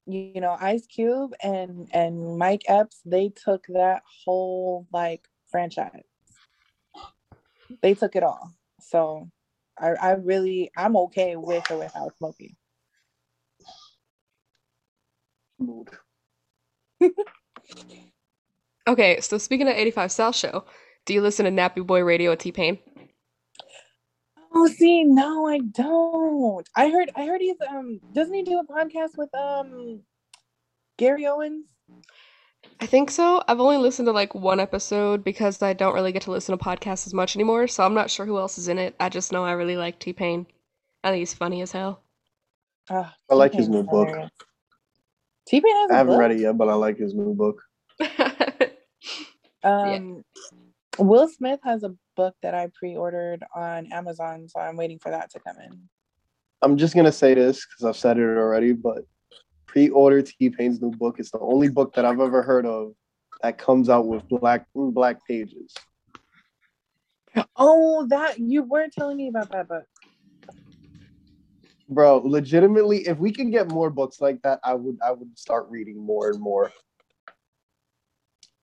[SPEAKER 2] you, you know, Ice Cube and and Mike Epps, they took that whole like franchise. they took it all. So I, I really I'm okay with or without Smokey.
[SPEAKER 3] mood.
[SPEAKER 4] Okay, so speaking of 85 South Show, do you listen to Nappy Boy Radio at T Pain?
[SPEAKER 2] Oh see, no, I don't. I heard I heard he's um doesn't he do a podcast with um Gary Owens?
[SPEAKER 4] I think so. I've only listened to like one episode because I don't really get to listen to podcasts as much anymore, so I'm not sure who else is in it. I just know I really like T Pain. I think he's funny as hell.
[SPEAKER 2] Ah,
[SPEAKER 3] I like his new book.
[SPEAKER 2] T Pain has a
[SPEAKER 3] I haven't
[SPEAKER 2] book?
[SPEAKER 3] read it yet, but I like his new book.
[SPEAKER 2] Um Will Smith has a book that I pre-ordered on Amazon, so I'm waiting for that to come in.
[SPEAKER 3] I'm just gonna say this because I've said it already, but pre-order T Pain's new book. It's the only book that I've ever heard of that comes out with black black pages.
[SPEAKER 2] Oh, that you were telling me about that book.
[SPEAKER 3] Bro, legitimately, if we can get more books like that, I would I would start reading more and more.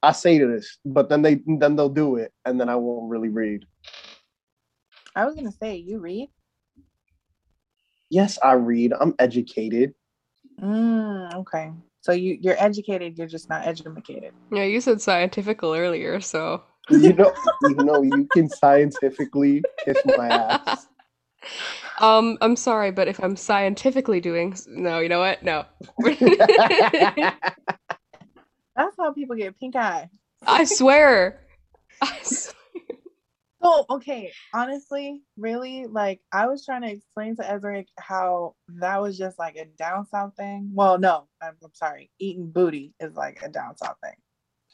[SPEAKER 3] I say to this, but then they then they'll do it, and then I won't really read.
[SPEAKER 2] I was gonna say you read.
[SPEAKER 3] Yes, I read. I'm educated.
[SPEAKER 2] Mm, okay, so you you're educated. You're just not educated.
[SPEAKER 4] Yeah, you said scientifical earlier, so
[SPEAKER 3] You know, you know, you can scientifically kiss my ass.
[SPEAKER 4] um, I'm sorry, but if I'm scientifically doing no, you know what? No,
[SPEAKER 2] That's how people get pink eye.
[SPEAKER 4] I swear. I s-
[SPEAKER 2] Oh, okay. Honestly, really, like I was trying to explain to Ezra how that was just like a down south thing. Well, no, I'm, I'm sorry. Eating booty is like a down south thing,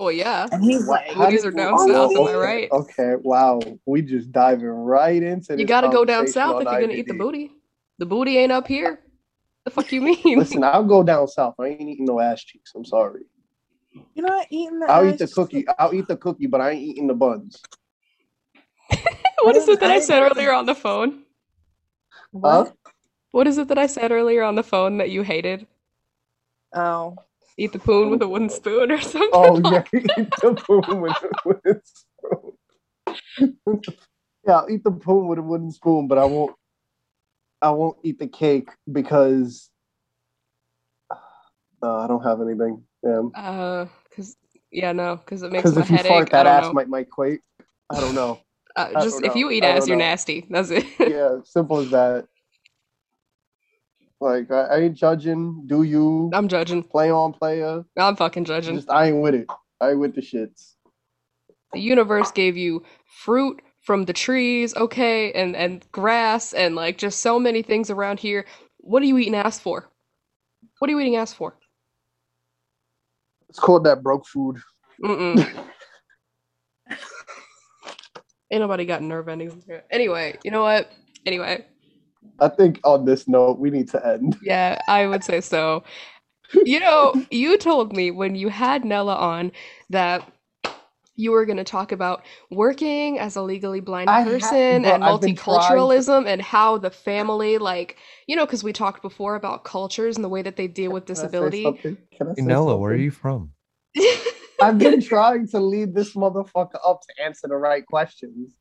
[SPEAKER 4] Well, yeah.
[SPEAKER 2] and he's
[SPEAKER 3] Wow,
[SPEAKER 2] like,
[SPEAKER 3] how
[SPEAKER 4] Booties
[SPEAKER 3] did
[SPEAKER 4] are
[SPEAKER 3] we-
[SPEAKER 4] down
[SPEAKER 3] Whoa,
[SPEAKER 4] south, am I
[SPEAKER 3] okay,
[SPEAKER 4] right?
[SPEAKER 3] Okay, wow. We just diving right into
[SPEAKER 4] You
[SPEAKER 3] this
[SPEAKER 4] gotta go down
[SPEAKER 3] conversation
[SPEAKER 4] south
[SPEAKER 3] on
[SPEAKER 4] if you're gonna eat the
[SPEAKER 3] IBD.
[SPEAKER 4] booty. The booty ain't up here. The fuck you mean?
[SPEAKER 3] Listen, I'll go down south. I ain't eating no ass cheeks. I'm sorry.
[SPEAKER 2] you know what? Eating the
[SPEAKER 3] I'll eat the
[SPEAKER 2] ass-
[SPEAKER 3] cookie. I'll eat the cookie, but I ain't eating the buns.
[SPEAKER 4] what is it that I
[SPEAKER 2] Listen,
[SPEAKER 4] said
[SPEAKER 2] I-
[SPEAKER 4] earlier on the phone?
[SPEAKER 3] Huh?
[SPEAKER 2] What?
[SPEAKER 4] What is it that I said earlier on the phone that you hated?
[SPEAKER 2] Oh,
[SPEAKER 4] Eat the poon with a wooden spoon or something?
[SPEAKER 3] Oh yeah, eat the poon with a wooden spoon. yeah, I'll eat the poon with a wooden spoon, but I won't. I won't eat the cake because uh, I don't have anything. Damn.
[SPEAKER 4] Uh, cause yeah, no, cause it makes
[SPEAKER 3] Because
[SPEAKER 4] my
[SPEAKER 3] if you
[SPEAKER 4] headache.
[SPEAKER 3] fart,
[SPEAKER 4] I
[SPEAKER 3] that
[SPEAKER 4] don't
[SPEAKER 3] ass
[SPEAKER 4] know.
[SPEAKER 3] might might quake. I don't know.
[SPEAKER 4] Uh,
[SPEAKER 3] I
[SPEAKER 4] just
[SPEAKER 3] don't
[SPEAKER 4] if you
[SPEAKER 3] know.
[SPEAKER 4] eat
[SPEAKER 3] I
[SPEAKER 4] ass,
[SPEAKER 3] don't
[SPEAKER 4] you're
[SPEAKER 3] know.
[SPEAKER 4] nasty. That's it.
[SPEAKER 3] yeah, simple as that. Like I, I ain't judging. Do you
[SPEAKER 4] I'm judging.
[SPEAKER 3] play on player?
[SPEAKER 4] I'm fucking judging.
[SPEAKER 3] Just I ain't with it. I ain't with the shits.
[SPEAKER 4] the universe gave you fruit from the trees, okay, and and grass and like just so many things around here. What are you eating ass for? What are you eating ass for?
[SPEAKER 3] It's called that broke food.
[SPEAKER 4] Mm-mm. Ain't nobody got nerve endings. Anyway, you know what? Anyway,
[SPEAKER 3] I think on this note, we need to end.
[SPEAKER 4] yeah, I would say so. You know, you told me when you had Nella on that you were going to talk about working as a legally blind
[SPEAKER 3] I ha-
[SPEAKER 4] person
[SPEAKER 3] bro,
[SPEAKER 4] and
[SPEAKER 3] I've been trying to-
[SPEAKER 4] multiculturalism and how the family, like, you know, because we talked before about cultures and the way that they deal with
[SPEAKER 3] Can I
[SPEAKER 4] disability.
[SPEAKER 3] say something? Can I say
[SPEAKER 1] Nella, where are
[SPEAKER 3] something?
[SPEAKER 1] you from?
[SPEAKER 3] I've been trying to lead this motherfucker up to answer the right questions,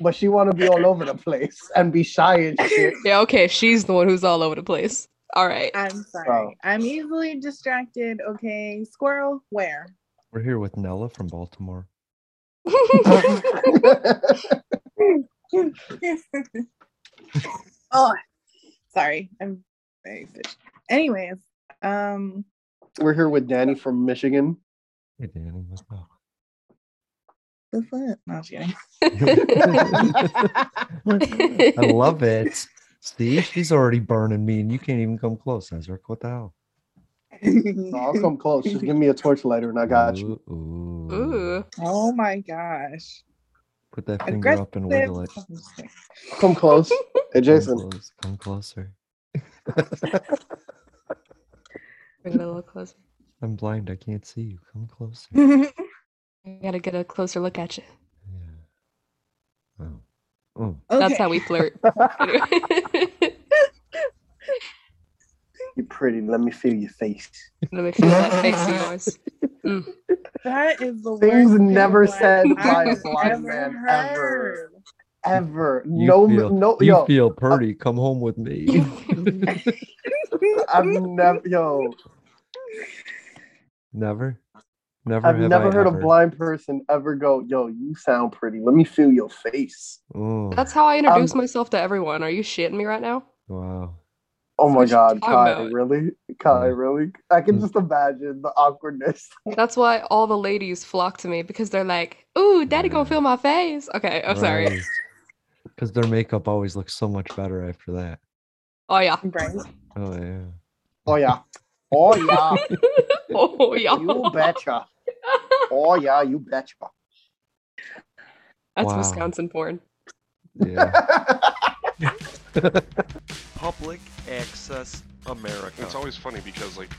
[SPEAKER 3] but she want to be all over the place and be shy and shit.
[SPEAKER 4] Yeah, okay, she's the one who's all over the place. All right.
[SPEAKER 2] I'm
[SPEAKER 3] Oh.
[SPEAKER 2] sorry. I'm easily distracted. Okay, squirrel, where?
[SPEAKER 1] We're here with Nella from Baltimore.
[SPEAKER 2] oh, sorry. I'm very fish. Anyways, um,
[SPEAKER 3] We're here with Danny from Michigan.
[SPEAKER 1] Hey, Danny, what's up?
[SPEAKER 2] the foot. No, I'm just kidding.
[SPEAKER 1] I love it. See, she's already burning me, and you can't even come close, Ezra. What the hell?
[SPEAKER 3] No, I'll come close. Just give me a torchlighter and I got you.
[SPEAKER 1] Ooh, ooh.
[SPEAKER 4] Ooh.
[SPEAKER 2] oh my gosh.
[SPEAKER 1] Put that finger
[SPEAKER 2] Aggressive.
[SPEAKER 1] up and wiggle it. Come
[SPEAKER 3] Come close. Hey, Jason.
[SPEAKER 1] close- come closer.
[SPEAKER 4] Bring it a little closer.
[SPEAKER 1] I'm blind. I can't see you. Come closer.
[SPEAKER 3] Hmm.
[SPEAKER 4] I gotta get a closer look at you.
[SPEAKER 1] Yeah. Oh. Oh.
[SPEAKER 4] That's
[SPEAKER 2] Okay.
[SPEAKER 4] how we flirt.
[SPEAKER 3] You're pretty. Let me feel your face.
[SPEAKER 4] Let me feel that face of yours.
[SPEAKER 2] That is the
[SPEAKER 3] Things
[SPEAKER 2] worst
[SPEAKER 3] never
[SPEAKER 2] thing
[SPEAKER 3] said
[SPEAKER 2] I've
[SPEAKER 3] by a
[SPEAKER 2] ever
[SPEAKER 3] blind man ever.
[SPEAKER 2] heard.
[SPEAKER 3] Ever.
[SPEAKER 1] You
[SPEAKER 3] no,
[SPEAKER 1] feel-
[SPEAKER 3] no,
[SPEAKER 1] You
[SPEAKER 3] yo. Uh,
[SPEAKER 1] feel pretty. Come home with me.
[SPEAKER 3] I've never, yo.
[SPEAKER 1] never. Never
[SPEAKER 3] I've
[SPEAKER 1] have
[SPEAKER 3] never
[SPEAKER 1] I
[SPEAKER 3] heard
[SPEAKER 1] ever.
[SPEAKER 3] a blind person ever go, "Yo, you sound pretty. Let me feel your face."
[SPEAKER 1] Oh,
[SPEAKER 4] That's how I introduce myself to everyone. Are you shitting me right now?
[SPEAKER 1] wow.
[SPEAKER 3] Oh
[SPEAKER 4] That's
[SPEAKER 3] my
[SPEAKER 4] what you
[SPEAKER 3] god,
[SPEAKER 4] talk
[SPEAKER 3] Kai,
[SPEAKER 4] about.
[SPEAKER 3] really? Kai,
[SPEAKER 1] Yeah.
[SPEAKER 3] really? I can
[SPEAKER 1] Mm.
[SPEAKER 3] just imagine the awkwardness.
[SPEAKER 4] That's why all the ladies flock to me because they're like, "Ooh, daddy gonna
[SPEAKER 1] Yeah.
[SPEAKER 4] feel my face." Okay, I'm Oh, sorry.
[SPEAKER 1] Because their makeup always looks so much better after that.
[SPEAKER 4] Oh yeah.
[SPEAKER 2] Right.
[SPEAKER 1] Oh yeah.
[SPEAKER 3] Oh yeah, oh yeah,
[SPEAKER 4] Oh
[SPEAKER 3] you
[SPEAKER 4] yeah.
[SPEAKER 3] betcha. Oh yeah, you betcha.
[SPEAKER 4] That's
[SPEAKER 1] Wow.
[SPEAKER 4] Wisconsin porn.
[SPEAKER 1] Yeah.
[SPEAKER 6] Public Access America.
[SPEAKER 5] It's always funny because like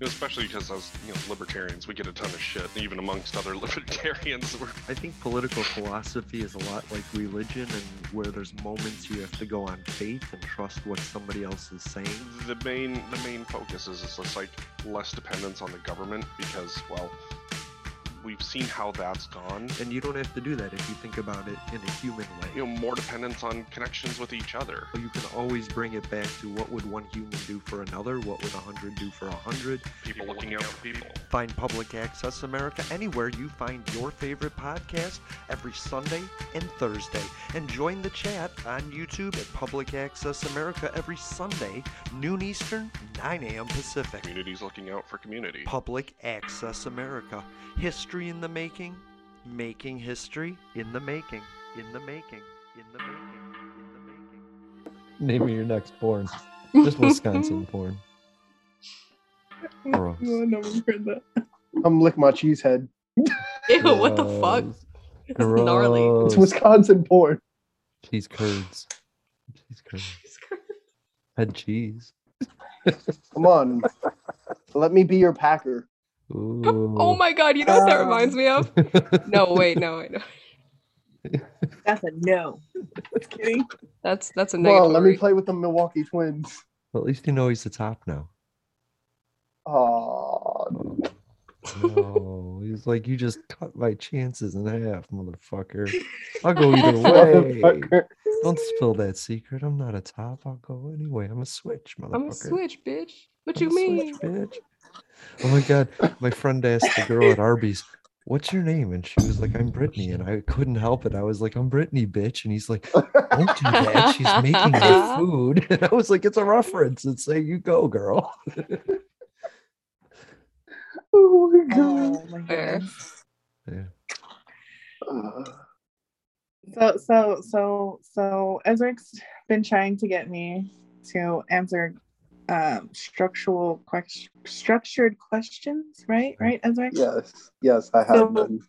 [SPEAKER 5] Especially because as you know, libertarians, we get a ton of shit, even amongst other libertarians. We're
[SPEAKER 6] I think political philosophy is a lot like religion, and where there's moments you have to go on faith and trust what somebody else is saying.
[SPEAKER 5] the main the main focus is, is just like less dependence on the government because well we've seen how that's gone
[SPEAKER 6] And you don't have to do that if you think about it in a human way.
[SPEAKER 5] you know more dependence on connections with each other
[SPEAKER 6] But you can always bring it back to what would one human do for another? What would a hundred do for a hundred?
[SPEAKER 5] people looking out for people
[SPEAKER 6] Find Public Access America anywhere you find your favorite podcast every Sunday and Thursday. And join the chat on YouTube at Public Access America every Sunday, noon Eastern, 9 a.m. Pacific.
[SPEAKER 5] communities looking out for community
[SPEAKER 6] Public Access America. History in the making, making history in the making, in the making, in the making, in the making.
[SPEAKER 1] Name me your next porn. Just Wisconsin porn. Gross.
[SPEAKER 2] No, no one heard that.
[SPEAKER 3] Come lick my cheese head.
[SPEAKER 4] Ew, what the fuck?
[SPEAKER 1] Gross.
[SPEAKER 4] That's gnarly.
[SPEAKER 3] It's
[SPEAKER 1] Gross.
[SPEAKER 3] Wisconsin porn.
[SPEAKER 1] Cheese curds. Cheese curds. Had cheese.
[SPEAKER 3] Come on. Let me be your packer.
[SPEAKER 4] Oh my god, you know what that
[SPEAKER 2] Um.
[SPEAKER 4] reminds me of? No, wait, no, wait, no.
[SPEAKER 2] That's a no. Just kidding.
[SPEAKER 4] That's that's a
[SPEAKER 3] Come on, let me
[SPEAKER 4] negatory.
[SPEAKER 3] play with the Milwaukee Twins.
[SPEAKER 1] Well, at least you know he's the top now.
[SPEAKER 3] Aw.
[SPEAKER 1] No, he's like, you just cut my chances in half, motherfucker. I'll go either way.
[SPEAKER 3] motherfucker.
[SPEAKER 1] Don't spill that secret. I'm not a top. I'll go anyway. I'm a switch, motherfucker.
[SPEAKER 4] I'm a switch, bitch. What
[SPEAKER 1] I'm
[SPEAKER 4] you
[SPEAKER 1] a switch,
[SPEAKER 4] mean?
[SPEAKER 1] bitch? Oh my god, my friend asked the girl at Arby's, "What's your name?" And she was like, "I'm Brittany," and I couldn't help it. I was like, "I'm Brittany, bitch," and he's like, "Don't do that. She's making my food." And I was like, "It's a reference. It's say you go, girl."
[SPEAKER 3] Oh my god.
[SPEAKER 2] Oh my
[SPEAKER 4] Fair.
[SPEAKER 2] god.
[SPEAKER 1] Yeah.
[SPEAKER 2] So so so so Ezrick's been trying to get me to answer um structural question structured questions, right? Right, Ezrick?
[SPEAKER 3] Yes. Yes, I
[SPEAKER 2] So-
[SPEAKER 3] had been.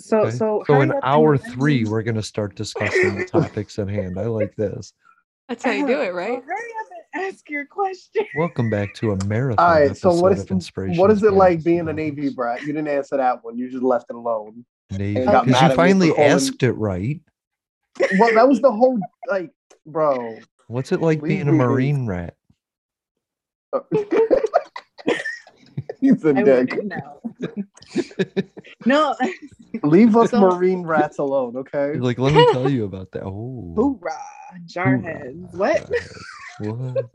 [SPEAKER 2] So
[SPEAKER 1] Okay. So
[SPEAKER 2] so hurry
[SPEAKER 1] in
[SPEAKER 2] up and
[SPEAKER 1] hour
[SPEAKER 2] let me-
[SPEAKER 1] three, we're gonna start discussing the topics at hand. I like this.
[SPEAKER 4] That's how you do it,
[SPEAKER 2] So
[SPEAKER 4] right?
[SPEAKER 2] hurry up and ask your question.
[SPEAKER 1] Welcome back to a marathon
[SPEAKER 3] All right, so
[SPEAKER 1] episode
[SPEAKER 3] what is
[SPEAKER 1] of Inspiration.
[SPEAKER 3] what is it like being a Navy brat? You didn't answer that one. You just left it alone.
[SPEAKER 1] Navy?
[SPEAKER 3] and got
[SPEAKER 1] Because
[SPEAKER 3] mad at
[SPEAKER 1] you
[SPEAKER 3] me for
[SPEAKER 1] finally
[SPEAKER 3] calling-
[SPEAKER 1] asked it right.
[SPEAKER 3] Well, that was the whole like, bro.
[SPEAKER 1] What's it like
[SPEAKER 3] Please
[SPEAKER 1] being a
[SPEAKER 3] read it.
[SPEAKER 1] Marine rat?
[SPEAKER 3] He's a
[SPEAKER 2] I
[SPEAKER 3] dick.
[SPEAKER 2] wouldn't know. no,
[SPEAKER 3] Leave us
[SPEAKER 2] So-
[SPEAKER 3] marine rats alone, okay?
[SPEAKER 1] You're like, let me tell you about that. Oh,
[SPEAKER 2] hoorah,
[SPEAKER 1] hoorah,
[SPEAKER 2] jarheads. What?
[SPEAKER 1] jarheads. What?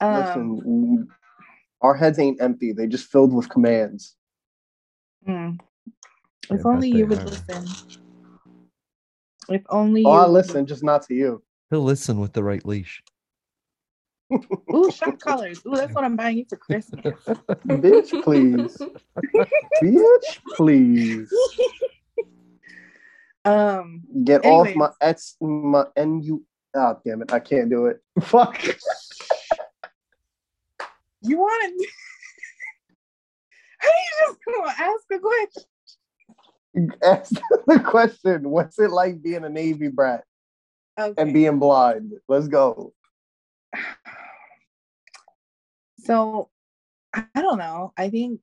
[SPEAKER 2] Um,
[SPEAKER 3] Listen, our heads ain't empty; they just filled with commands.
[SPEAKER 2] mm.
[SPEAKER 1] I
[SPEAKER 2] if only
[SPEAKER 1] bet
[SPEAKER 2] you
[SPEAKER 1] they
[SPEAKER 2] would
[SPEAKER 1] are.
[SPEAKER 2] listen. If only you
[SPEAKER 3] Oh, I
[SPEAKER 2] would
[SPEAKER 3] listen, just not to you.
[SPEAKER 1] He'll listen with the right leash.
[SPEAKER 2] Ooh, shot collars. Ooh, that's what I'm buying you for Christmas.
[SPEAKER 3] Bitch, please. Bitch, please.
[SPEAKER 2] um,
[SPEAKER 3] Get off my
[SPEAKER 2] Anyways.
[SPEAKER 3] ex, my nu. Ah, damn it, I can't do it. Fuck.
[SPEAKER 2] you want to? How you just gonna ask a question?
[SPEAKER 3] Ask the question. What's it like being a Navy brat
[SPEAKER 2] Okay.
[SPEAKER 3] and being blind? Let's go.
[SPEAKER 2] so I I don't know. I think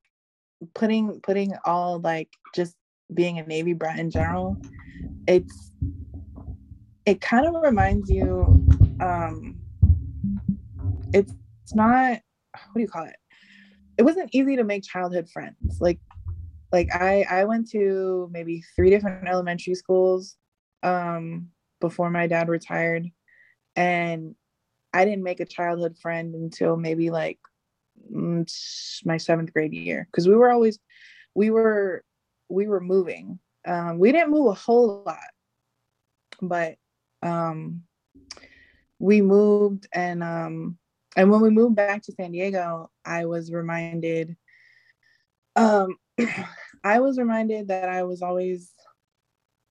[SPEAKER 2] putting putting all like just being a Navy brat in general, it's it kind of reminds you um it's it's not what do you call it? It wasn't easy to make childhood friends. Like like I I went to maybe three different elementary schools um before my dad retired and I didn't make a childhood friend until maybe like mm, s- my seventh grade year because we were always we were we were moving. Um, we didn't move a whole lot, but um, we moved and um, and when we moved back to San Diego, I was reminded. Um, I was reminded that I was always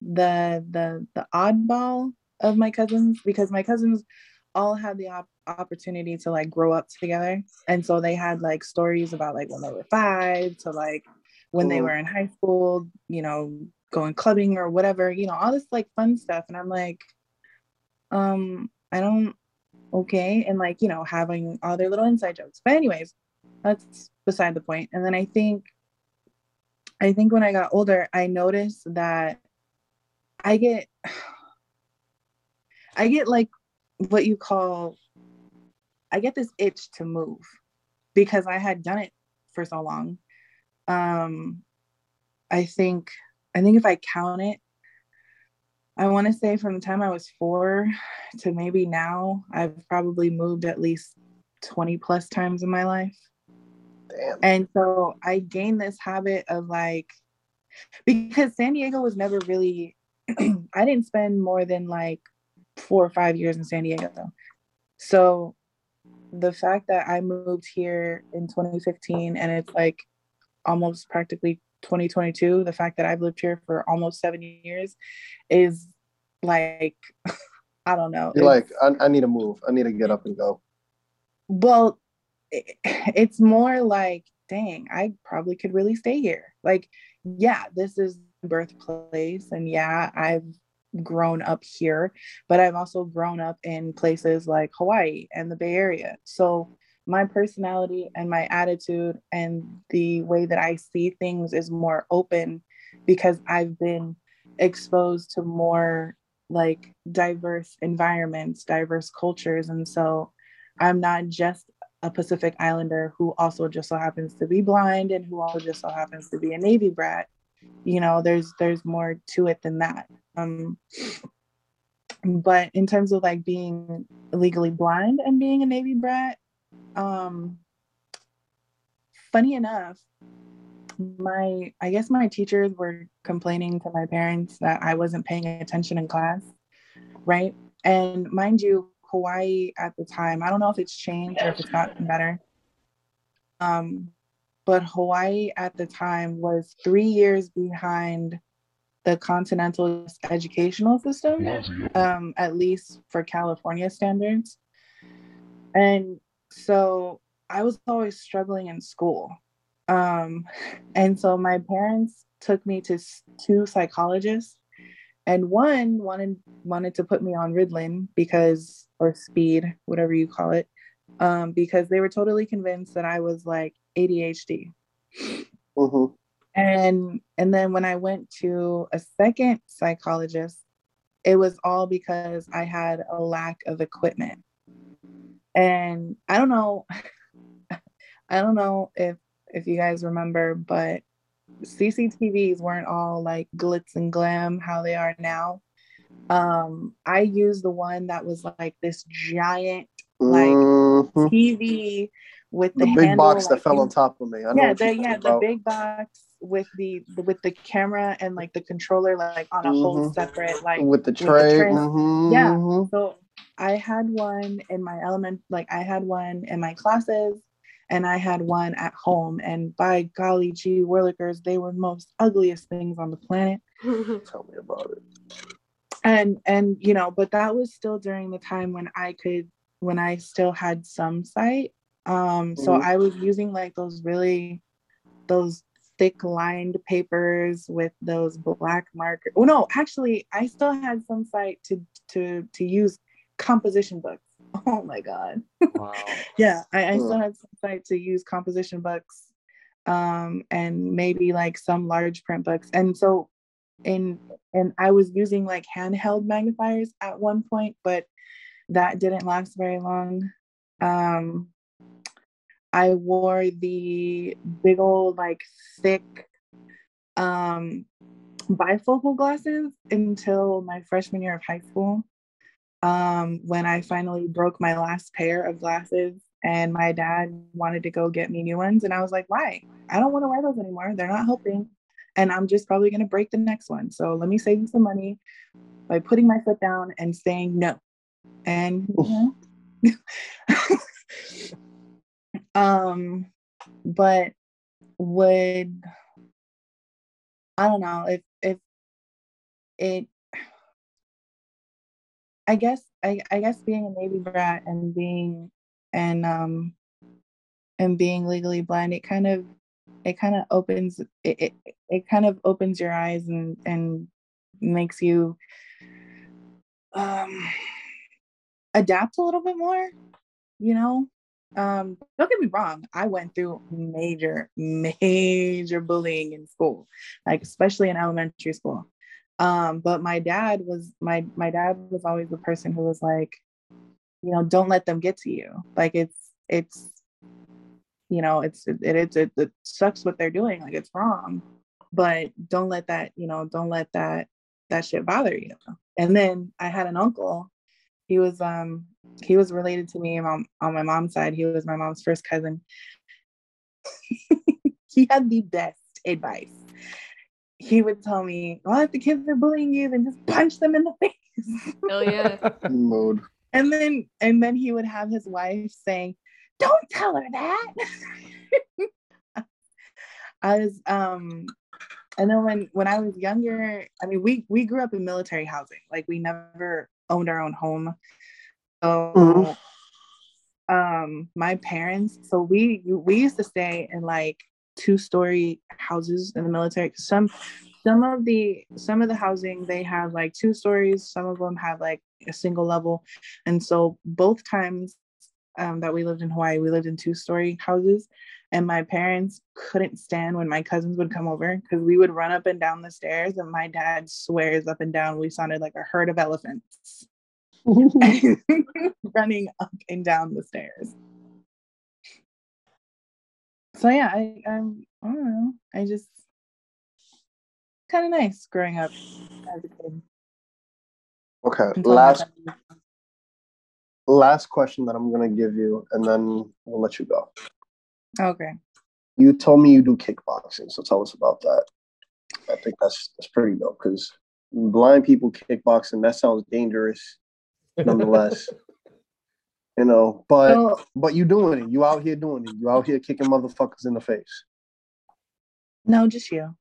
[SPEAKER 2] the the the oddball of my cousins because my cousins all had the op- opportunity to like grow up together and so they had like stories about like when they were five to like when they
[SPEAKER 3] Mhm.
[SPEAKER 2] were in high school you know going clubbing or whatever you know all this like fun stuff and i'm like um i don't okay and like you know having all their little inside jokes but anyways that's beside the point and then i think i think when i got older i noticed that i get i get like what you call i get this itch to move because i had done it for so long um i think i think if i count it I want to say from the time I was four to maybe now, I've probably moved at least 20 plus times in my life.
[SPEAKER 3] Damn.
[SPEAKER 2] And so I gained this habit of like, because San Diego was never really, I didn't spend more than like four or five years in San Diego. So the fact that I moved here in 2015 and it's like almost practically 2022 the fact that i've lived here for almost seven years is like i don't know
[SPEAKER 3] You're
[SPEAKER 2] it's-
[SPEAKER 3] like, I, I need to move. I need to get up and go.
[SPEAKER 2] well it- it's more like dang i probably could really stay here like yeah this is birthplace and yeah i've grown up here but i've also grown up in places like hawaii and the bay area so my personality and my attitude and the way that i see things is more open because i've been exposed to more like diverse environments diverse cultures and so I'm not just a Pacific Islander who also just so happens to be blind and who also just so happens to be a Navy brat. You know, there's there's more to it than that. Um, but in terms of like being legally blind and being a Navy brat, um, funny enough, my I guess my teachers were complaining to my parents that I wasn't paying attention in class, right? And mind you, Hawaii at the time, I don't know if it's changed or if it's gotten better. Um, but Hawaii at the time was three years behind the continental educational system, um, at least for California standards. And so I was always struggling in school. Um, and so my parents took me to s- two psychologists and one wanted wanted to put me on Ritalin because or speed, whatever you call it, um, because they were totally convinced that I was like ADHD.
[SPEAKER 3] hmm
[SPEAKER 2] And and then when I went to a second psychologist, it was all because I had a lack of equipment. And I don't know, I don't know if if you guys remember, but CCTVs weren't all like glitz and glam how they are now. Um, I used the one that was like this giant Like,
[SPEAKER 3] Mhm.
[SPEAKER 2] TV with the,
[SPEAKER 3] the big
[SPEAKER 2] handle,
[SPEAKER 3] box that
[SPEAKER 2] like,
[SPEAKER 3] fell
[SPEAKER 2] you-
[SPEAKER 3] on top of me. I know
[SPEAKER 2] yeah,
[SPEAKER 3] what you're
[SPEAKER 2] the yeah
[SPEAKER 3] talking
[SPEAKER 2] the
[SPEAKER 3] about.
[SPEAKER 2] big box with the with the camera and like the controller like on a whole
[SPEAKER 3] Mhm.
[SPEAKER 2] separate like
[SPEAKER 3] with the
[SPEAKER 2] the
[SPEAKER 3] tray.
[SPEAKER 2] tray.
[SPEAKER 3] mhm,
[SPEAKER 2] Yeah.
[SPEAKER 3] mhm.
[SPEAKER 2] so I had one in my element, like I had one in my classes and I had one at home. And by golly gee, Whirligers, they were the most ugliest things on the planet.
[SPEAKER 3] Tell me about it.
[SPEAKER 2] And and you know, but that was still during the time when I could when I still had some sight. Um, so
[SPEAKER 3] Mhm.
[SPEAKER 2] I was using like those really those thick lined papers with those black marker. Oh no, actually, I still had some sight to to to use composition books. Oh my god.
[SPEAKER 1] Wow.
[SPEAKER 2] Yeah, I, I still
[SPEAKER 3] Mm.
[SPEAKER 2] had some sight to use composition books, um, and maybe like some large print books. And so, in and I was using like handheld magnifiers at one point, but that didn't last very long. Um, I wore the big old like thick um bifocal glasses until my freshman year of high school um, when I finally broke my last pair of glasses and my dad wanted to go get me new ones. And I was like, why? I don't want to wear those anymore. They're not helping. And I'm just probably going to break the next one. So let me save you some money by putting my foot down and saying no. And you know. um, but would I don't know if if it I guess I, I guess being a Navy brat and being and um and being legally blind, it kind of it kind of opens it, it it kind of opens your eyes and and makes you um adapt a little bit more you know um don't get me wrong i went through major major bullying in school like especially in elementary school um but my dad was my my dad was always the person who was like you know don't let them get to you like it's it's you know it's it it, it, it sucks what they're doing like it's wrong but don't let that you know don't let that that shit bother you and then i had an uncle he was um he was related to me on, on my mom's side he was my mom's first cousin he had the best advice he would tell me well if the kids are bullying you then just punch them in the face
[SPEAKER 4] Hell yeah.
[SPEAKER 3] Mode.
[SPEAKER 2] and then and then he would have his wife saying don't tell her that i was um and then when when i was younger i mean we we grew up in military housing like we never owned our own home so
[SPEAKER 3] Mhm.
[SPEAKER 2] um my parents so we we used to stay in like two story houses in the military some some of the some of the housing they have like two stories some of them have like a single level and so both times um, that we lived in hawaii we lived in two story houses and my parents couldn't stand when my cousins would come over because we would run up and down the stairs and my dad swears up and down we sounded like a herd of elephants running up and down the stairs so yeah i I'm, i don't know i just kind of nice growing up as a kid
[SPEAKER 3] Okay.
[SPEAKER 2] until my
[SPEAKER 3] Last
[SPEAKER 2] cousin-
[SPEAKER 3] last question that I'm gonna give you, and then we'll let you go.
[SPEAKER 2] Oh, okay
[SPEAKER 3] You told me you do kickboxing, so tell us about that. I think that's that's pretty dope because blind people kickboxing that sounds dangerous, nonetheless. you know, but
[SPEAKER 2] so
[SPEAKER 3] but you doing it. You out here doing it. You out here kicking motherfuckers in the face.
[SPEAKER 2] no just you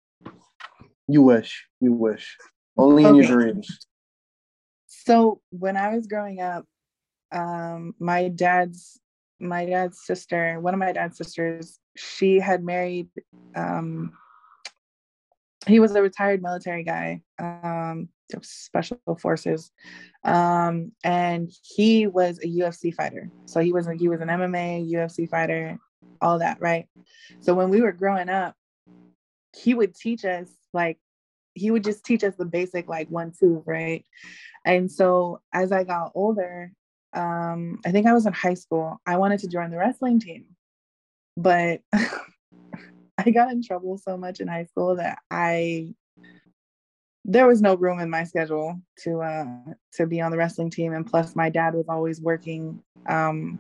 [SPEAKER 3] You wish. You wish. Only in your
[SPEAKER 2] Okay.
[SPEAKER 3] dreams.
[SPEAKER 2] So when I was growing up, um, my dad's my dad's sister, one of my dad's sisters, she had married. Um, he was a retired military guy, um, of special forces, um, and he was a UFC fighter. So he was he was an MMA UFC fighter, all that, right? So when we were growing up, he would teach us like he would just teach us the basic like one two right and so as I got older, um, I think I was in high school, I wanted to join the wrestling team. But I got in trouble so much in high school that I there was no room in my schedule to uh to be on the wrestling team. And plus my dad was always working um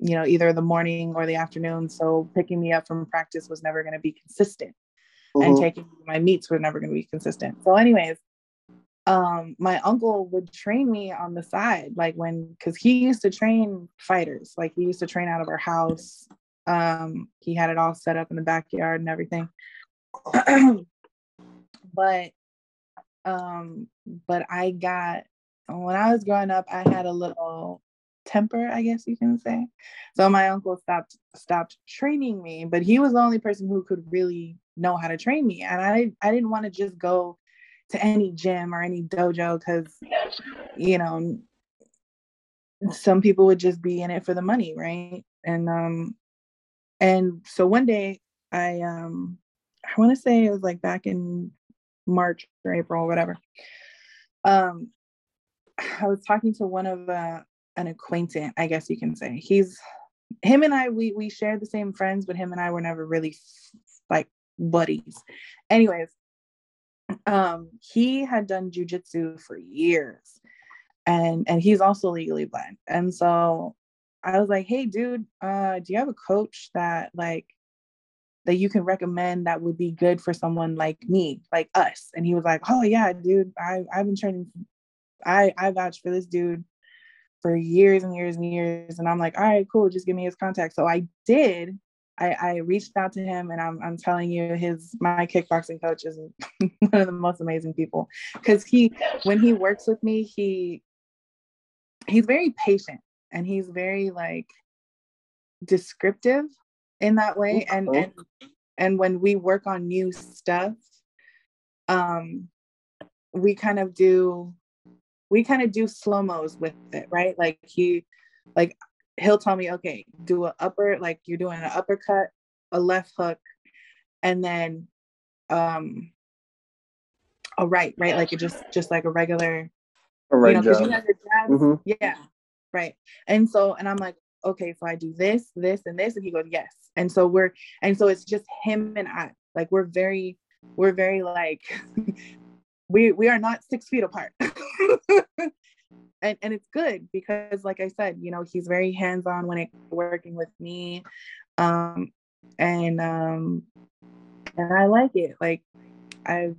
[SPEAKER 2] you know either the morning or the afternoon. So picking me up from practice was never gonna be consistent and
[SPEAKER 3] Mhm.
[SPEAKER 2] taking my meats were never going to be consistent. So, anyways, um, my uncle would train me on the side, like when, because he used to train fighters, like he used to train out of our house. Um, he had it all set up in the backyard and everything. but, um, but I got when I was growing up, I had a little temper, I guess you can say. So my uncle stopped stopped training me, but he was the only person who could really know how to train me. And I I didn't want to just go to any gym or any dojo because you know some people would just be in it for the money, right? And um and so one day I um I want to say it was like back in March or April or whatever. Um I was talking to one of uh an acquaintance, I guess you can say. He's him and I we we shared the same friends, but him and I were never really like buddies. Anyways, um he had done jujitsu for years and and he's also legally blind. And so I was like, "Hey dude, uh do you have a coach that like that you can recommend that would be good for someone like me, like us?" And he was like, "Oh yeah, dude, I I've been training I I vouch for this dude for years and years and years. And I'm like, all right, cool, just give me his contact. So I did. I, I reached out to him and I'm, I'm telling you his my kickboxing coach is one of the most amazing people because he when he works with me he he's very patient and he's very like descriptive in that way and
[SPEAKER 3] Okay.
[SPEAKER 2] and and when we work on new stuff um we kind of do we kind of do slow mos with it, right? Like he, like he'll tell me, okay, do a upper, like you're doing an uppercut, a left hook, and then um a Oh, right, right? Like it just just like a regular,
[SPEAKER 3] All
[SPEAKER 2] you
[SPEAKER 3] right,
[SPEAKER 2] know, 'cause you
[SPEAKER 3] John.
[SPEAKER 2] have your jabs,
[SPEAKER 3] Mhm.
[SPEAKER 2] yeah, right. And so, and I'm like, okay, so I do this, this, and this, and he goes, yes. And so we're, and so it's just him and I. Like we're very, we're very like, we we are not six feet apart. and and it's good because, like I said, you know, he's very hands on when it working with me, um, and um, and I like it. Like I've.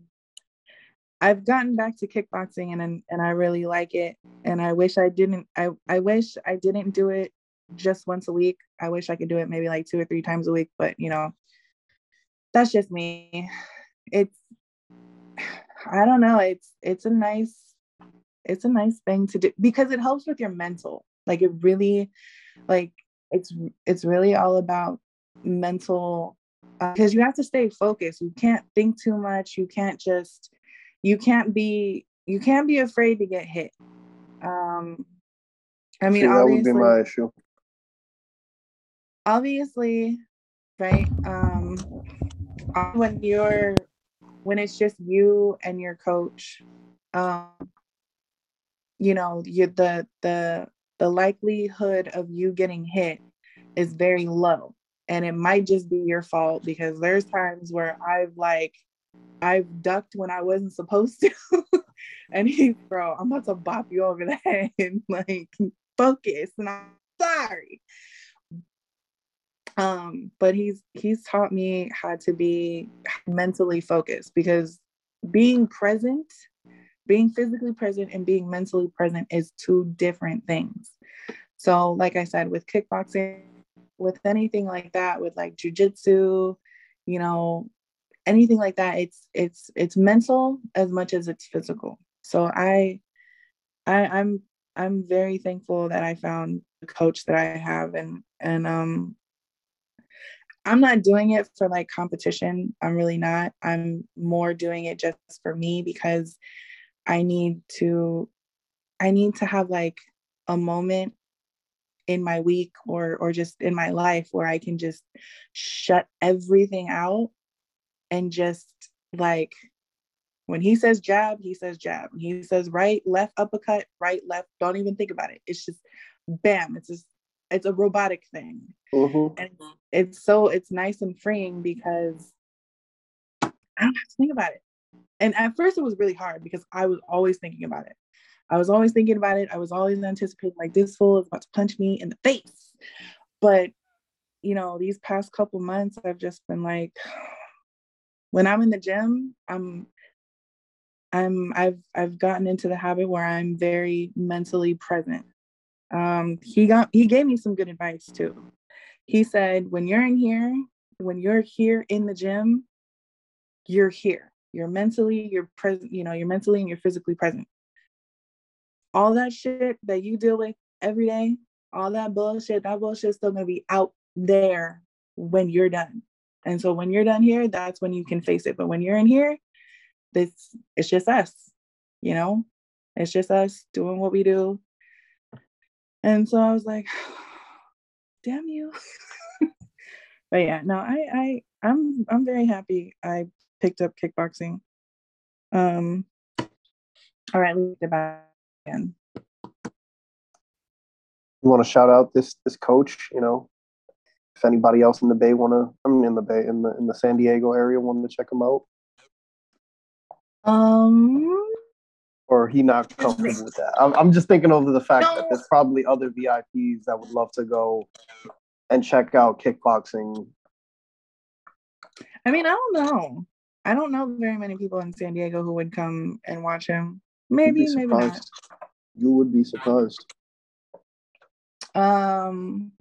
[SPEAKER 2] I've gotten back to kickboxing and and and I really like it and I wish I didn't I I wish I didn't do it just once a week. I wish I could do it maybe like two or three times a week, but you know, that's just me. It's I don't know, it's it's a nice it's a nice thing to do because it helps with your mental. Like it really like it's it's really all about mental because you have to stay focused. You can't think too much. You can't just you can't be you can't be afraid to get hit. Um, I mean,
[SPEAKER 3] See, that would
[SPEAKER 2] obviously,
[SPEAKER 3] be my issue.
[SPEAKER 2] obviously, right? Um, when you're when it's just you and your coach, um, you know, you the the the likelihood of you getting hit is very low, and it might just be your fault because there's times where I've like I've ducked when I wasn't supposed to. and he, bro, I'm about to bop you over the head. like, focus. And I'm sorry. Um, but he's he's taught me how to be mentally focused because being present, being physically present and being mentally present is two different things. So, like I said, with kickboxing, with anything like that, with like jujitsu, you know, anything like that it's it's it's mental as much as it's physical so i i i'm i'm very thankful that i found the coach that i have and and um i'm not doing it for like competition i'm really not i'm more doing it just for me because i need to i need to have like a moment in my week or or just in my life where i can just shut everything out and just like when he says jab, he says jab. When he says right, left, uppercut, right, left. Don't even think about it. It's just bam. It's just it's a robotic thing.
[SPEAKER 3] Mhm.
[SPEAKER 2] And it's so it's nice and freeing because I don't have to think about it. And at first it was really hard because I was always thinking about it. I was always thinking about it. I was always anticipating like this fool is about to punch me in the face. But you know, these past couple months I've just been like when I'm in the gym, I'm I'm I've I've gotten into the habit where I'm very mentally present. Um he got he gave me some good advice too. He said when you're in here, when you're here in the gym, you're here. You're mentally, you're present, you know, you're mentally and you're physically present. All that shit that you deal with every day, all that bullshit, that bullshit's still gonna be out there when you're done. And so when you're done here, that's when you can face it. But when you're in here, this it's just us, you know? It's just us doing what we do. And so I was like, damn you. but yeah, no, I I I'm I'm very happy I picked up kickboxing. Um all right, looked about again.
[SPEAKER 3] You want to shout out this this coach, you know, if anybody else in the Bay want to, I mean, in the Bay, in the in the San Diego area, want to check him out,
[SPEAKER 2] Um
[SPEAKER 3] or he not comfortable with that. I'm, I'm just thinking over the fact that
[SPEAKER 2] No.
[SPEAKER 3] there's probably other VIPs that would love to go and check out kickboxing.
[SPEAKER 2] I mean, I don't know. I don't know very many people in San Diego who would come and watch him.
[SPEAKER 3] You'd be
[SPEAKER 2] Maybe, maybe not.
[SPEAKER 3] surprised. You would be surprised.
[SPEAKER 2] Um,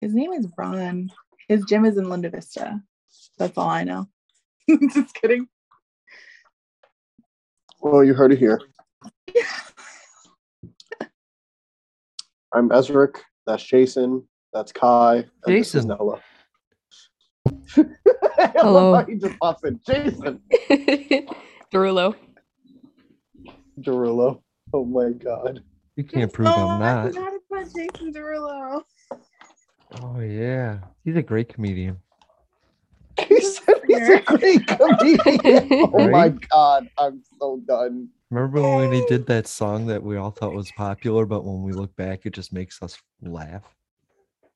[SPEAKER 2] his name is Ron. His gym is in Linda Vista. That's all I know. Just kidding.
[SPEAKER 3] Well, you heard it here. I'm Ezric. That's Jason. That's Kai. And this is
[SPEAKER 1] Jason.
[SPEAKER 3] Nella.
[SPEAKER 4] Hello.
[SPEAKER 3] He just pops in. Jason.
[SPEAKER 4] Derulo.
[SPEAKER 3] Derulo. Oh my god.
[SPEAKER 1] You can't prove I'm
[SPEAKER 2] Oh, I
[SPEAKER 1] not.
[SPEAKER 2] forgot about Jason Derulo.
[SPEAKER 1] Oh yeah, he's a great comedian.
[SPEAKER 3] He said he's a great comedian. Oh my
[SPEAKER 1] Right?
[SPEAKER 3] god, I'm so done.
[SPEAKER 1] Remember when he did that song that we all thought was popular, but when we look back, it just makes us laugh.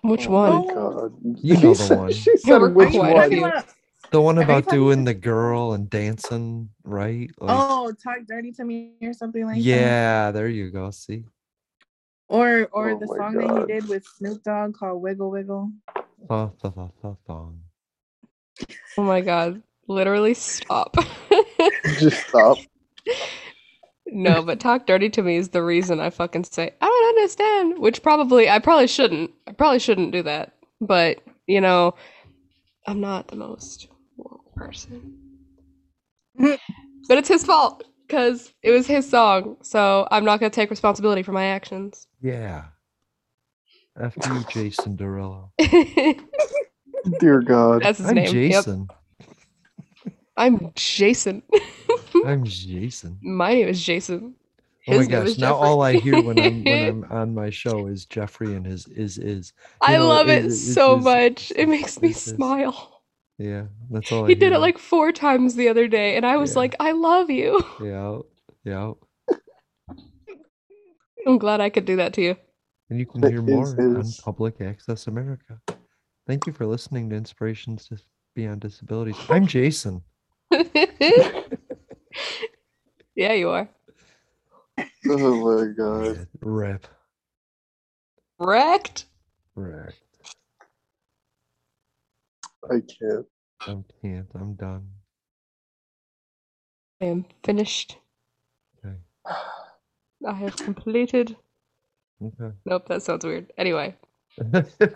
[SPEAKER 4] Which
[SPEAKER 3] Oh
[SPEAKER 4] one?
[SPEAKER 3] My god.
[SPEAKER 1] You
[SPEAKER 3] He
[SPEAKER 1] know the
[SPEAKER 3] said-
[SPEAKER 1] one.
[SPEAKER 3] She
[SPEAKER 4] Yeah,
[SPEAKER 3] said
[SPEAKER 4] we're
[SPEAKER 3] which
[SPEAKER 4] quiet.
[SPEAKER 2] Are you
[SPEAKER 3] one?
[SPEAKER 2] talking about-
[SPEAKER 1] The one
[SPEAKER 2] Are you
[SPEAKER 1] about
[SPEAKER 2] talking-
[SPEAKER 1] doing the girl and dancing, right? Like,
[SPEAKER 2] oh, talk dirty to me or something like that.
[SPEAKER 1] yeah, there you go. See,
[SPEAKER 2] Or or
[SPEAKER 3] Oh
[SPEAKER 2] the
[SPEAKER 3] my
[SPEAKER 2] song that
[SPEAKER 3] God.
[SPEAKER 2] he did with Snoop Dogg called Wiggle Wiggle.
[SPEAKER 1] Thong, thong, thong, thong, thong.
[SPEAKER 4] Oh my god. Literally stop.
[SPEAKER 3] Just stop.
[SPEAKER 4] no, but talk dirty to me is the reason I fucking say I don't understand. Which probably I probably shouldn't. I probably shouldn't do that. But you know, I'm not the most woke person. but it's his fault because it was his song, so I'm not gonna take responsibility for my actions.
[SPEAKER 1] Yeah. F you, Jason Derulo.
[SPEAKER 4] That's
[SPEAKER 3] Dear God.
[SPEAKER 4] his
[SPEAKER 1] I'm
[SPEAKER 4] name. Yep.
[SPEAKER 1] Jason.
[SPEAKER 4] I'm Jason.
[SPEAKER 1] I'm Jason.
[SPEAKER 4] my name is Jason.
[SPEAKER 1] Oh my
[SPEAKER 4] His name
[SPEAKER 1] gosh!
[SPEAKER 4] is
[SPEAKER 1] Now
[SPEAKER 4] Jeffrey.
[SPEAKER 1] all I hear when I'm when I'm on my show is Jeffrey and his is is. You
[SPEAKER 4] I
[SPEAKER 1] know,
[SPEAKER 4] love
[SPEAKER 1] it-
[SPEAKER 4] it,
[SPEAKER 1] it- it's
[SPEAKER 4] so
[SPEAKER 1] just-
[SPEAKER 4] much. It makes me
[SPEAKER 1] it's just-
[SPEAKER 4] smile.
[SPEAKER 1] Yeah, that's all. I
[SPEAKER 4] He did
[SPEAKER 1] hear.
[SPEAKER 4] it like four times the other day, and I was
[SPEAKER 1] Yeah.
[SPEAKER 4] like, I love you.
[SPEAKER 1] yeah, yeah.
[SPEAKER 4] I'm glad I could do that to you.
[SPEAKER 1] And you can
[SPEAKER 3] It
[SPEAKER 1] hear more
[SPEAKER 3] is-
[SPEAKER 1] on
[SPEAKER 3] is-
[SPEAKER 1] Public Access America. Thank you for listening to Inspirations Dis- Beyond Disabilities. I'm Jason.
[SPEAKER 4] yeah, you are.
[SPEAKER 3] Oh my god.
[SPEAKER 1] Rip.
[SPEAKER 4] Wrecked.
[SPEAKER 1] Rip.
[SPEAKER 3] I can't.
[SPEAKER 1] I'm can't. I'm done.
[SPEAKER 4] I am finished.
[SPEAKER 1] Okay.
[SPEAKER 4] I have completed.
[SPEAKER 1] Okay.
[SPEAKER 4] Nope, that sounds weird. Anyway,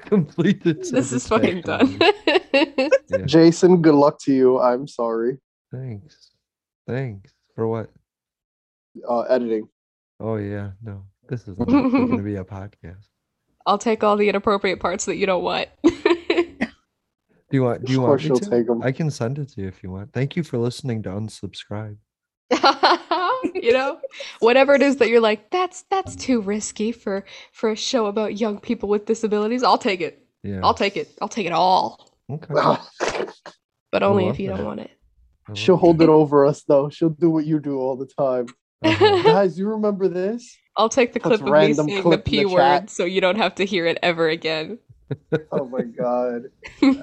[SPEAKER 1] Completed.
[SPEAKER 4] this is fucking
[SPEAKER 1] satisfactorily.
[SPEAKER 4] done.
[SPEAKER 1] Yeah.
[SPEAKER 3] Jason, good luck to you. I'm sorry.
[SPEAKER 1] Thanks. Thanks for what?
[SPEAKER 3] Uh, editing.
[SPEAKER 1] Oh yeah. No, this is not going to be a podcast.
[SPEAKER 4] I'll take all the inappropriate parts that you don't want.
[SPEAKER 1] Do you want? Do you
[SPEAKER 3] Of
[SPEAKER 1] want
[SPEAKER 3] course
[SPEAKER 1] me
[SPEAKER 3] you'll
[SPEAKER 1] to?
[SPEAKER 3] take 'em.
[SPEAKER 1] I can send it to you if you want. Thank you for listening to unsubscribe.
[SPEAKER 4] you know, whatever it is that you're like, that's that's too risky for for a show about young people with disabilities. I'll take it.
[SPEAKER 1] Yeah.
[SPEAKER 4] I'll take it. I'll take it all,
[SPEAKER 1] Okay.
[SPEAKER 4] but
[SPEAKER 1] I
[SPEAKER 3] Oh,
[SPEAKER 4] only
[SPEAKER 1] love
[SPEAKER 4] if you don't
[SPEAKER 1] that.
[SPEAKER 4] want it.
[SPEAKER 1] I
[SPEAKER 3] She'll
[SPEAKER 1] love
[SPEAKER 3] hold it over us though. She'll do what you do all the time.
[SPEAKER 1] Uh-huh.
[SPEAKER 3] Guys, you remember this?
[SPEAKER 4] I'll take the
[SPEAKER 3] Puts
[SPEAKER 4] clip of me
[SPEAKER 3] random
[SPEAKER 4] saying the
[SPEAKER 3] clip in
[SPEAKER 4] p
[SPEAKER 3] the
[SPEAKER 4] word,
[SPEAKER 3] chat.
[SPEAKER 4] so you don't have to hear it ever again.
[SPEAKER 3] Oh my god.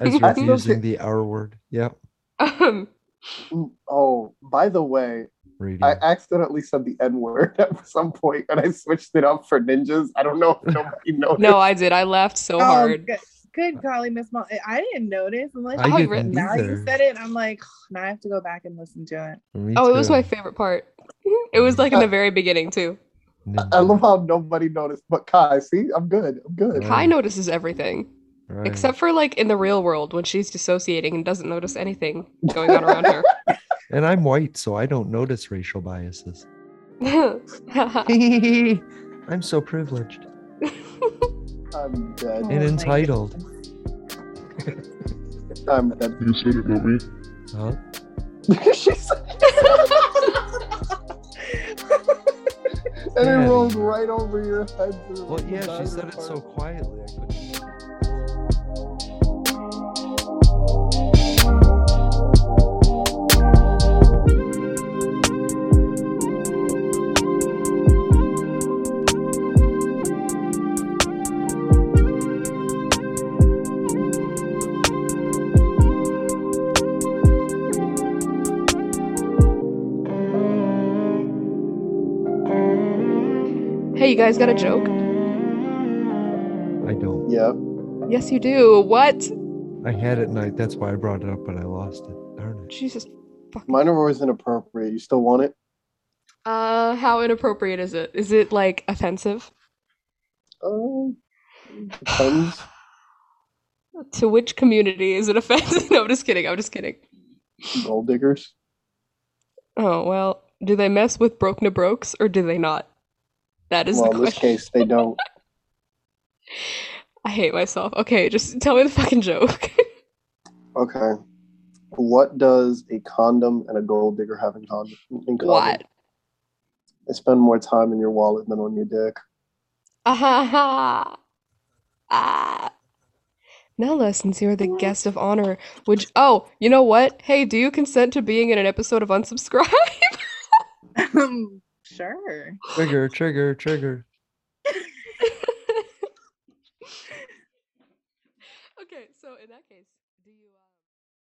[SPEAKER 1] As
[SPEAKER 3] I still
[SPEAKER 1] refusing
[SPEAKER 3] thi-
[SPEAKER 1] the R word. Yep.
[SPEAKER 4] Um,
[SPEAKER 3] Mm, Oh, by the way,
[SPEAKER 1] Radio.
[SPEAKER 3] I accidentally said the N word at some point and I switched it up for ninjas. I don't know if nobody noticed.
[SPEAKER 4] no, I did. I laughed
[SPEAKER 3] Oh,
[SPEAKER 4] so hard.
[SPEAKER 2] Oh, good, good golly, Miss Mal. I- I didn't notice unless
[SPEAKER 1] I
[SPEAKER 2] you-
[SPEAKER 4] didn't
[SPEAKER 2] written- now
[SPEAKER 1] either.
[SPEAKER 2] you said it. I'm like, now I have to go back and listen to it.
[SPEAKER 1] Me
[SPEAKER 4] Oh, it was
[SPEAKER 1] too.
[SPEAKER 4] my favorite part. It was like in the very beginning too.
[SPEAKER 1] Ninja.
[SPEAKER 3] I love how nobody noticed. But Kai, see, I'm good. I'm good.
[SPEAKER 1] Right.
[SPEAKER 4] Kai notices everything,
[SPEAKER 1] Right.
[SPEAKER 4] except for like in the real world when she's dissociating and doesn't notice anything going on around her.
[SPEAKER 1] and I'm white, so I don't notice racial biases.
[SPEAKER 4] I
[SPEAKER 1] I'm so privileged
[SPEAKER 4] Oh,
[SPEAKER 3] I'm dead.
[SPEAKER 1] and
[SPEAKER 2] Oh my
[SPEAKER 1] entitled.
[SPEAKER 3] I'm dead.
[SPEAKER 5] You said it, not me.
[SPEAKER 1] Huh?
[SPEAKER 3] she said, and
[SPEAKER 1] Yeah.
[SPEAKER 3] it rolled right over your head. through
[SPEAKER 1] Well,
[SPEAKER 3] the
[SPEAKER 1] yeah, she
[SPEAKER 3] dining
[SPEAKER 1] said it so
[SPEAKER 3] part.
[SPEAKER 1] quietly. I couldn't.
[SPEAKER 4] hey, you guys got a joke?
[SPEAKER 1] I don't.
[SPEAKER 3] Yeah.
[SPEAKER 4] Yes, you do. What?
[SPEAKER 1] I had it night. That's why I brought it up, but I lost it. Darn it.
[SPEAKER 4] Jesus. Fucking.
[SPEAKER 3] Mine are always inappropriate. You still want it?
[SPEAKER 4] Uh, how inappropriate is it? Is it like offensive?
[SPEAKER 3] Um, depends.
[SPEAKER 4] To which community is it offensive? no, I'm just kidding. I'm just kidding.
[SPEAKER 3] Gold diggers.
[SPEAKER 4] Oh well, do they mess with broke na brokes or do they not? That is
[SPEAKER 3] well,
[SPEAKER 4] the
[SPEAKER 3] in this
[SPEAKER 4] question.
[SPEAKER 3] case, they don't.
[SPEAKER 4] I hate myself. Okay, just tell me the fucking joke.
[SPEAKER 3] Okay. What does a condom and a gold digger have in, con- in common?
[SPEAKER 4] what?
[SPEAKER 3] I spend more time in your wallet than on your dick.
[SPEAKER 4] Ah, ah. Now, lessons, you are the guest of honor. Which, oh, you know what? Hey, do you consent to being in an episode of Unsubscribe?
[SPEAKER 2] Um, sure.
[SPEAKER 1] Trigger, trigger, trigger.
[SPEAKER 4] okay, so in that case, do you? Uh...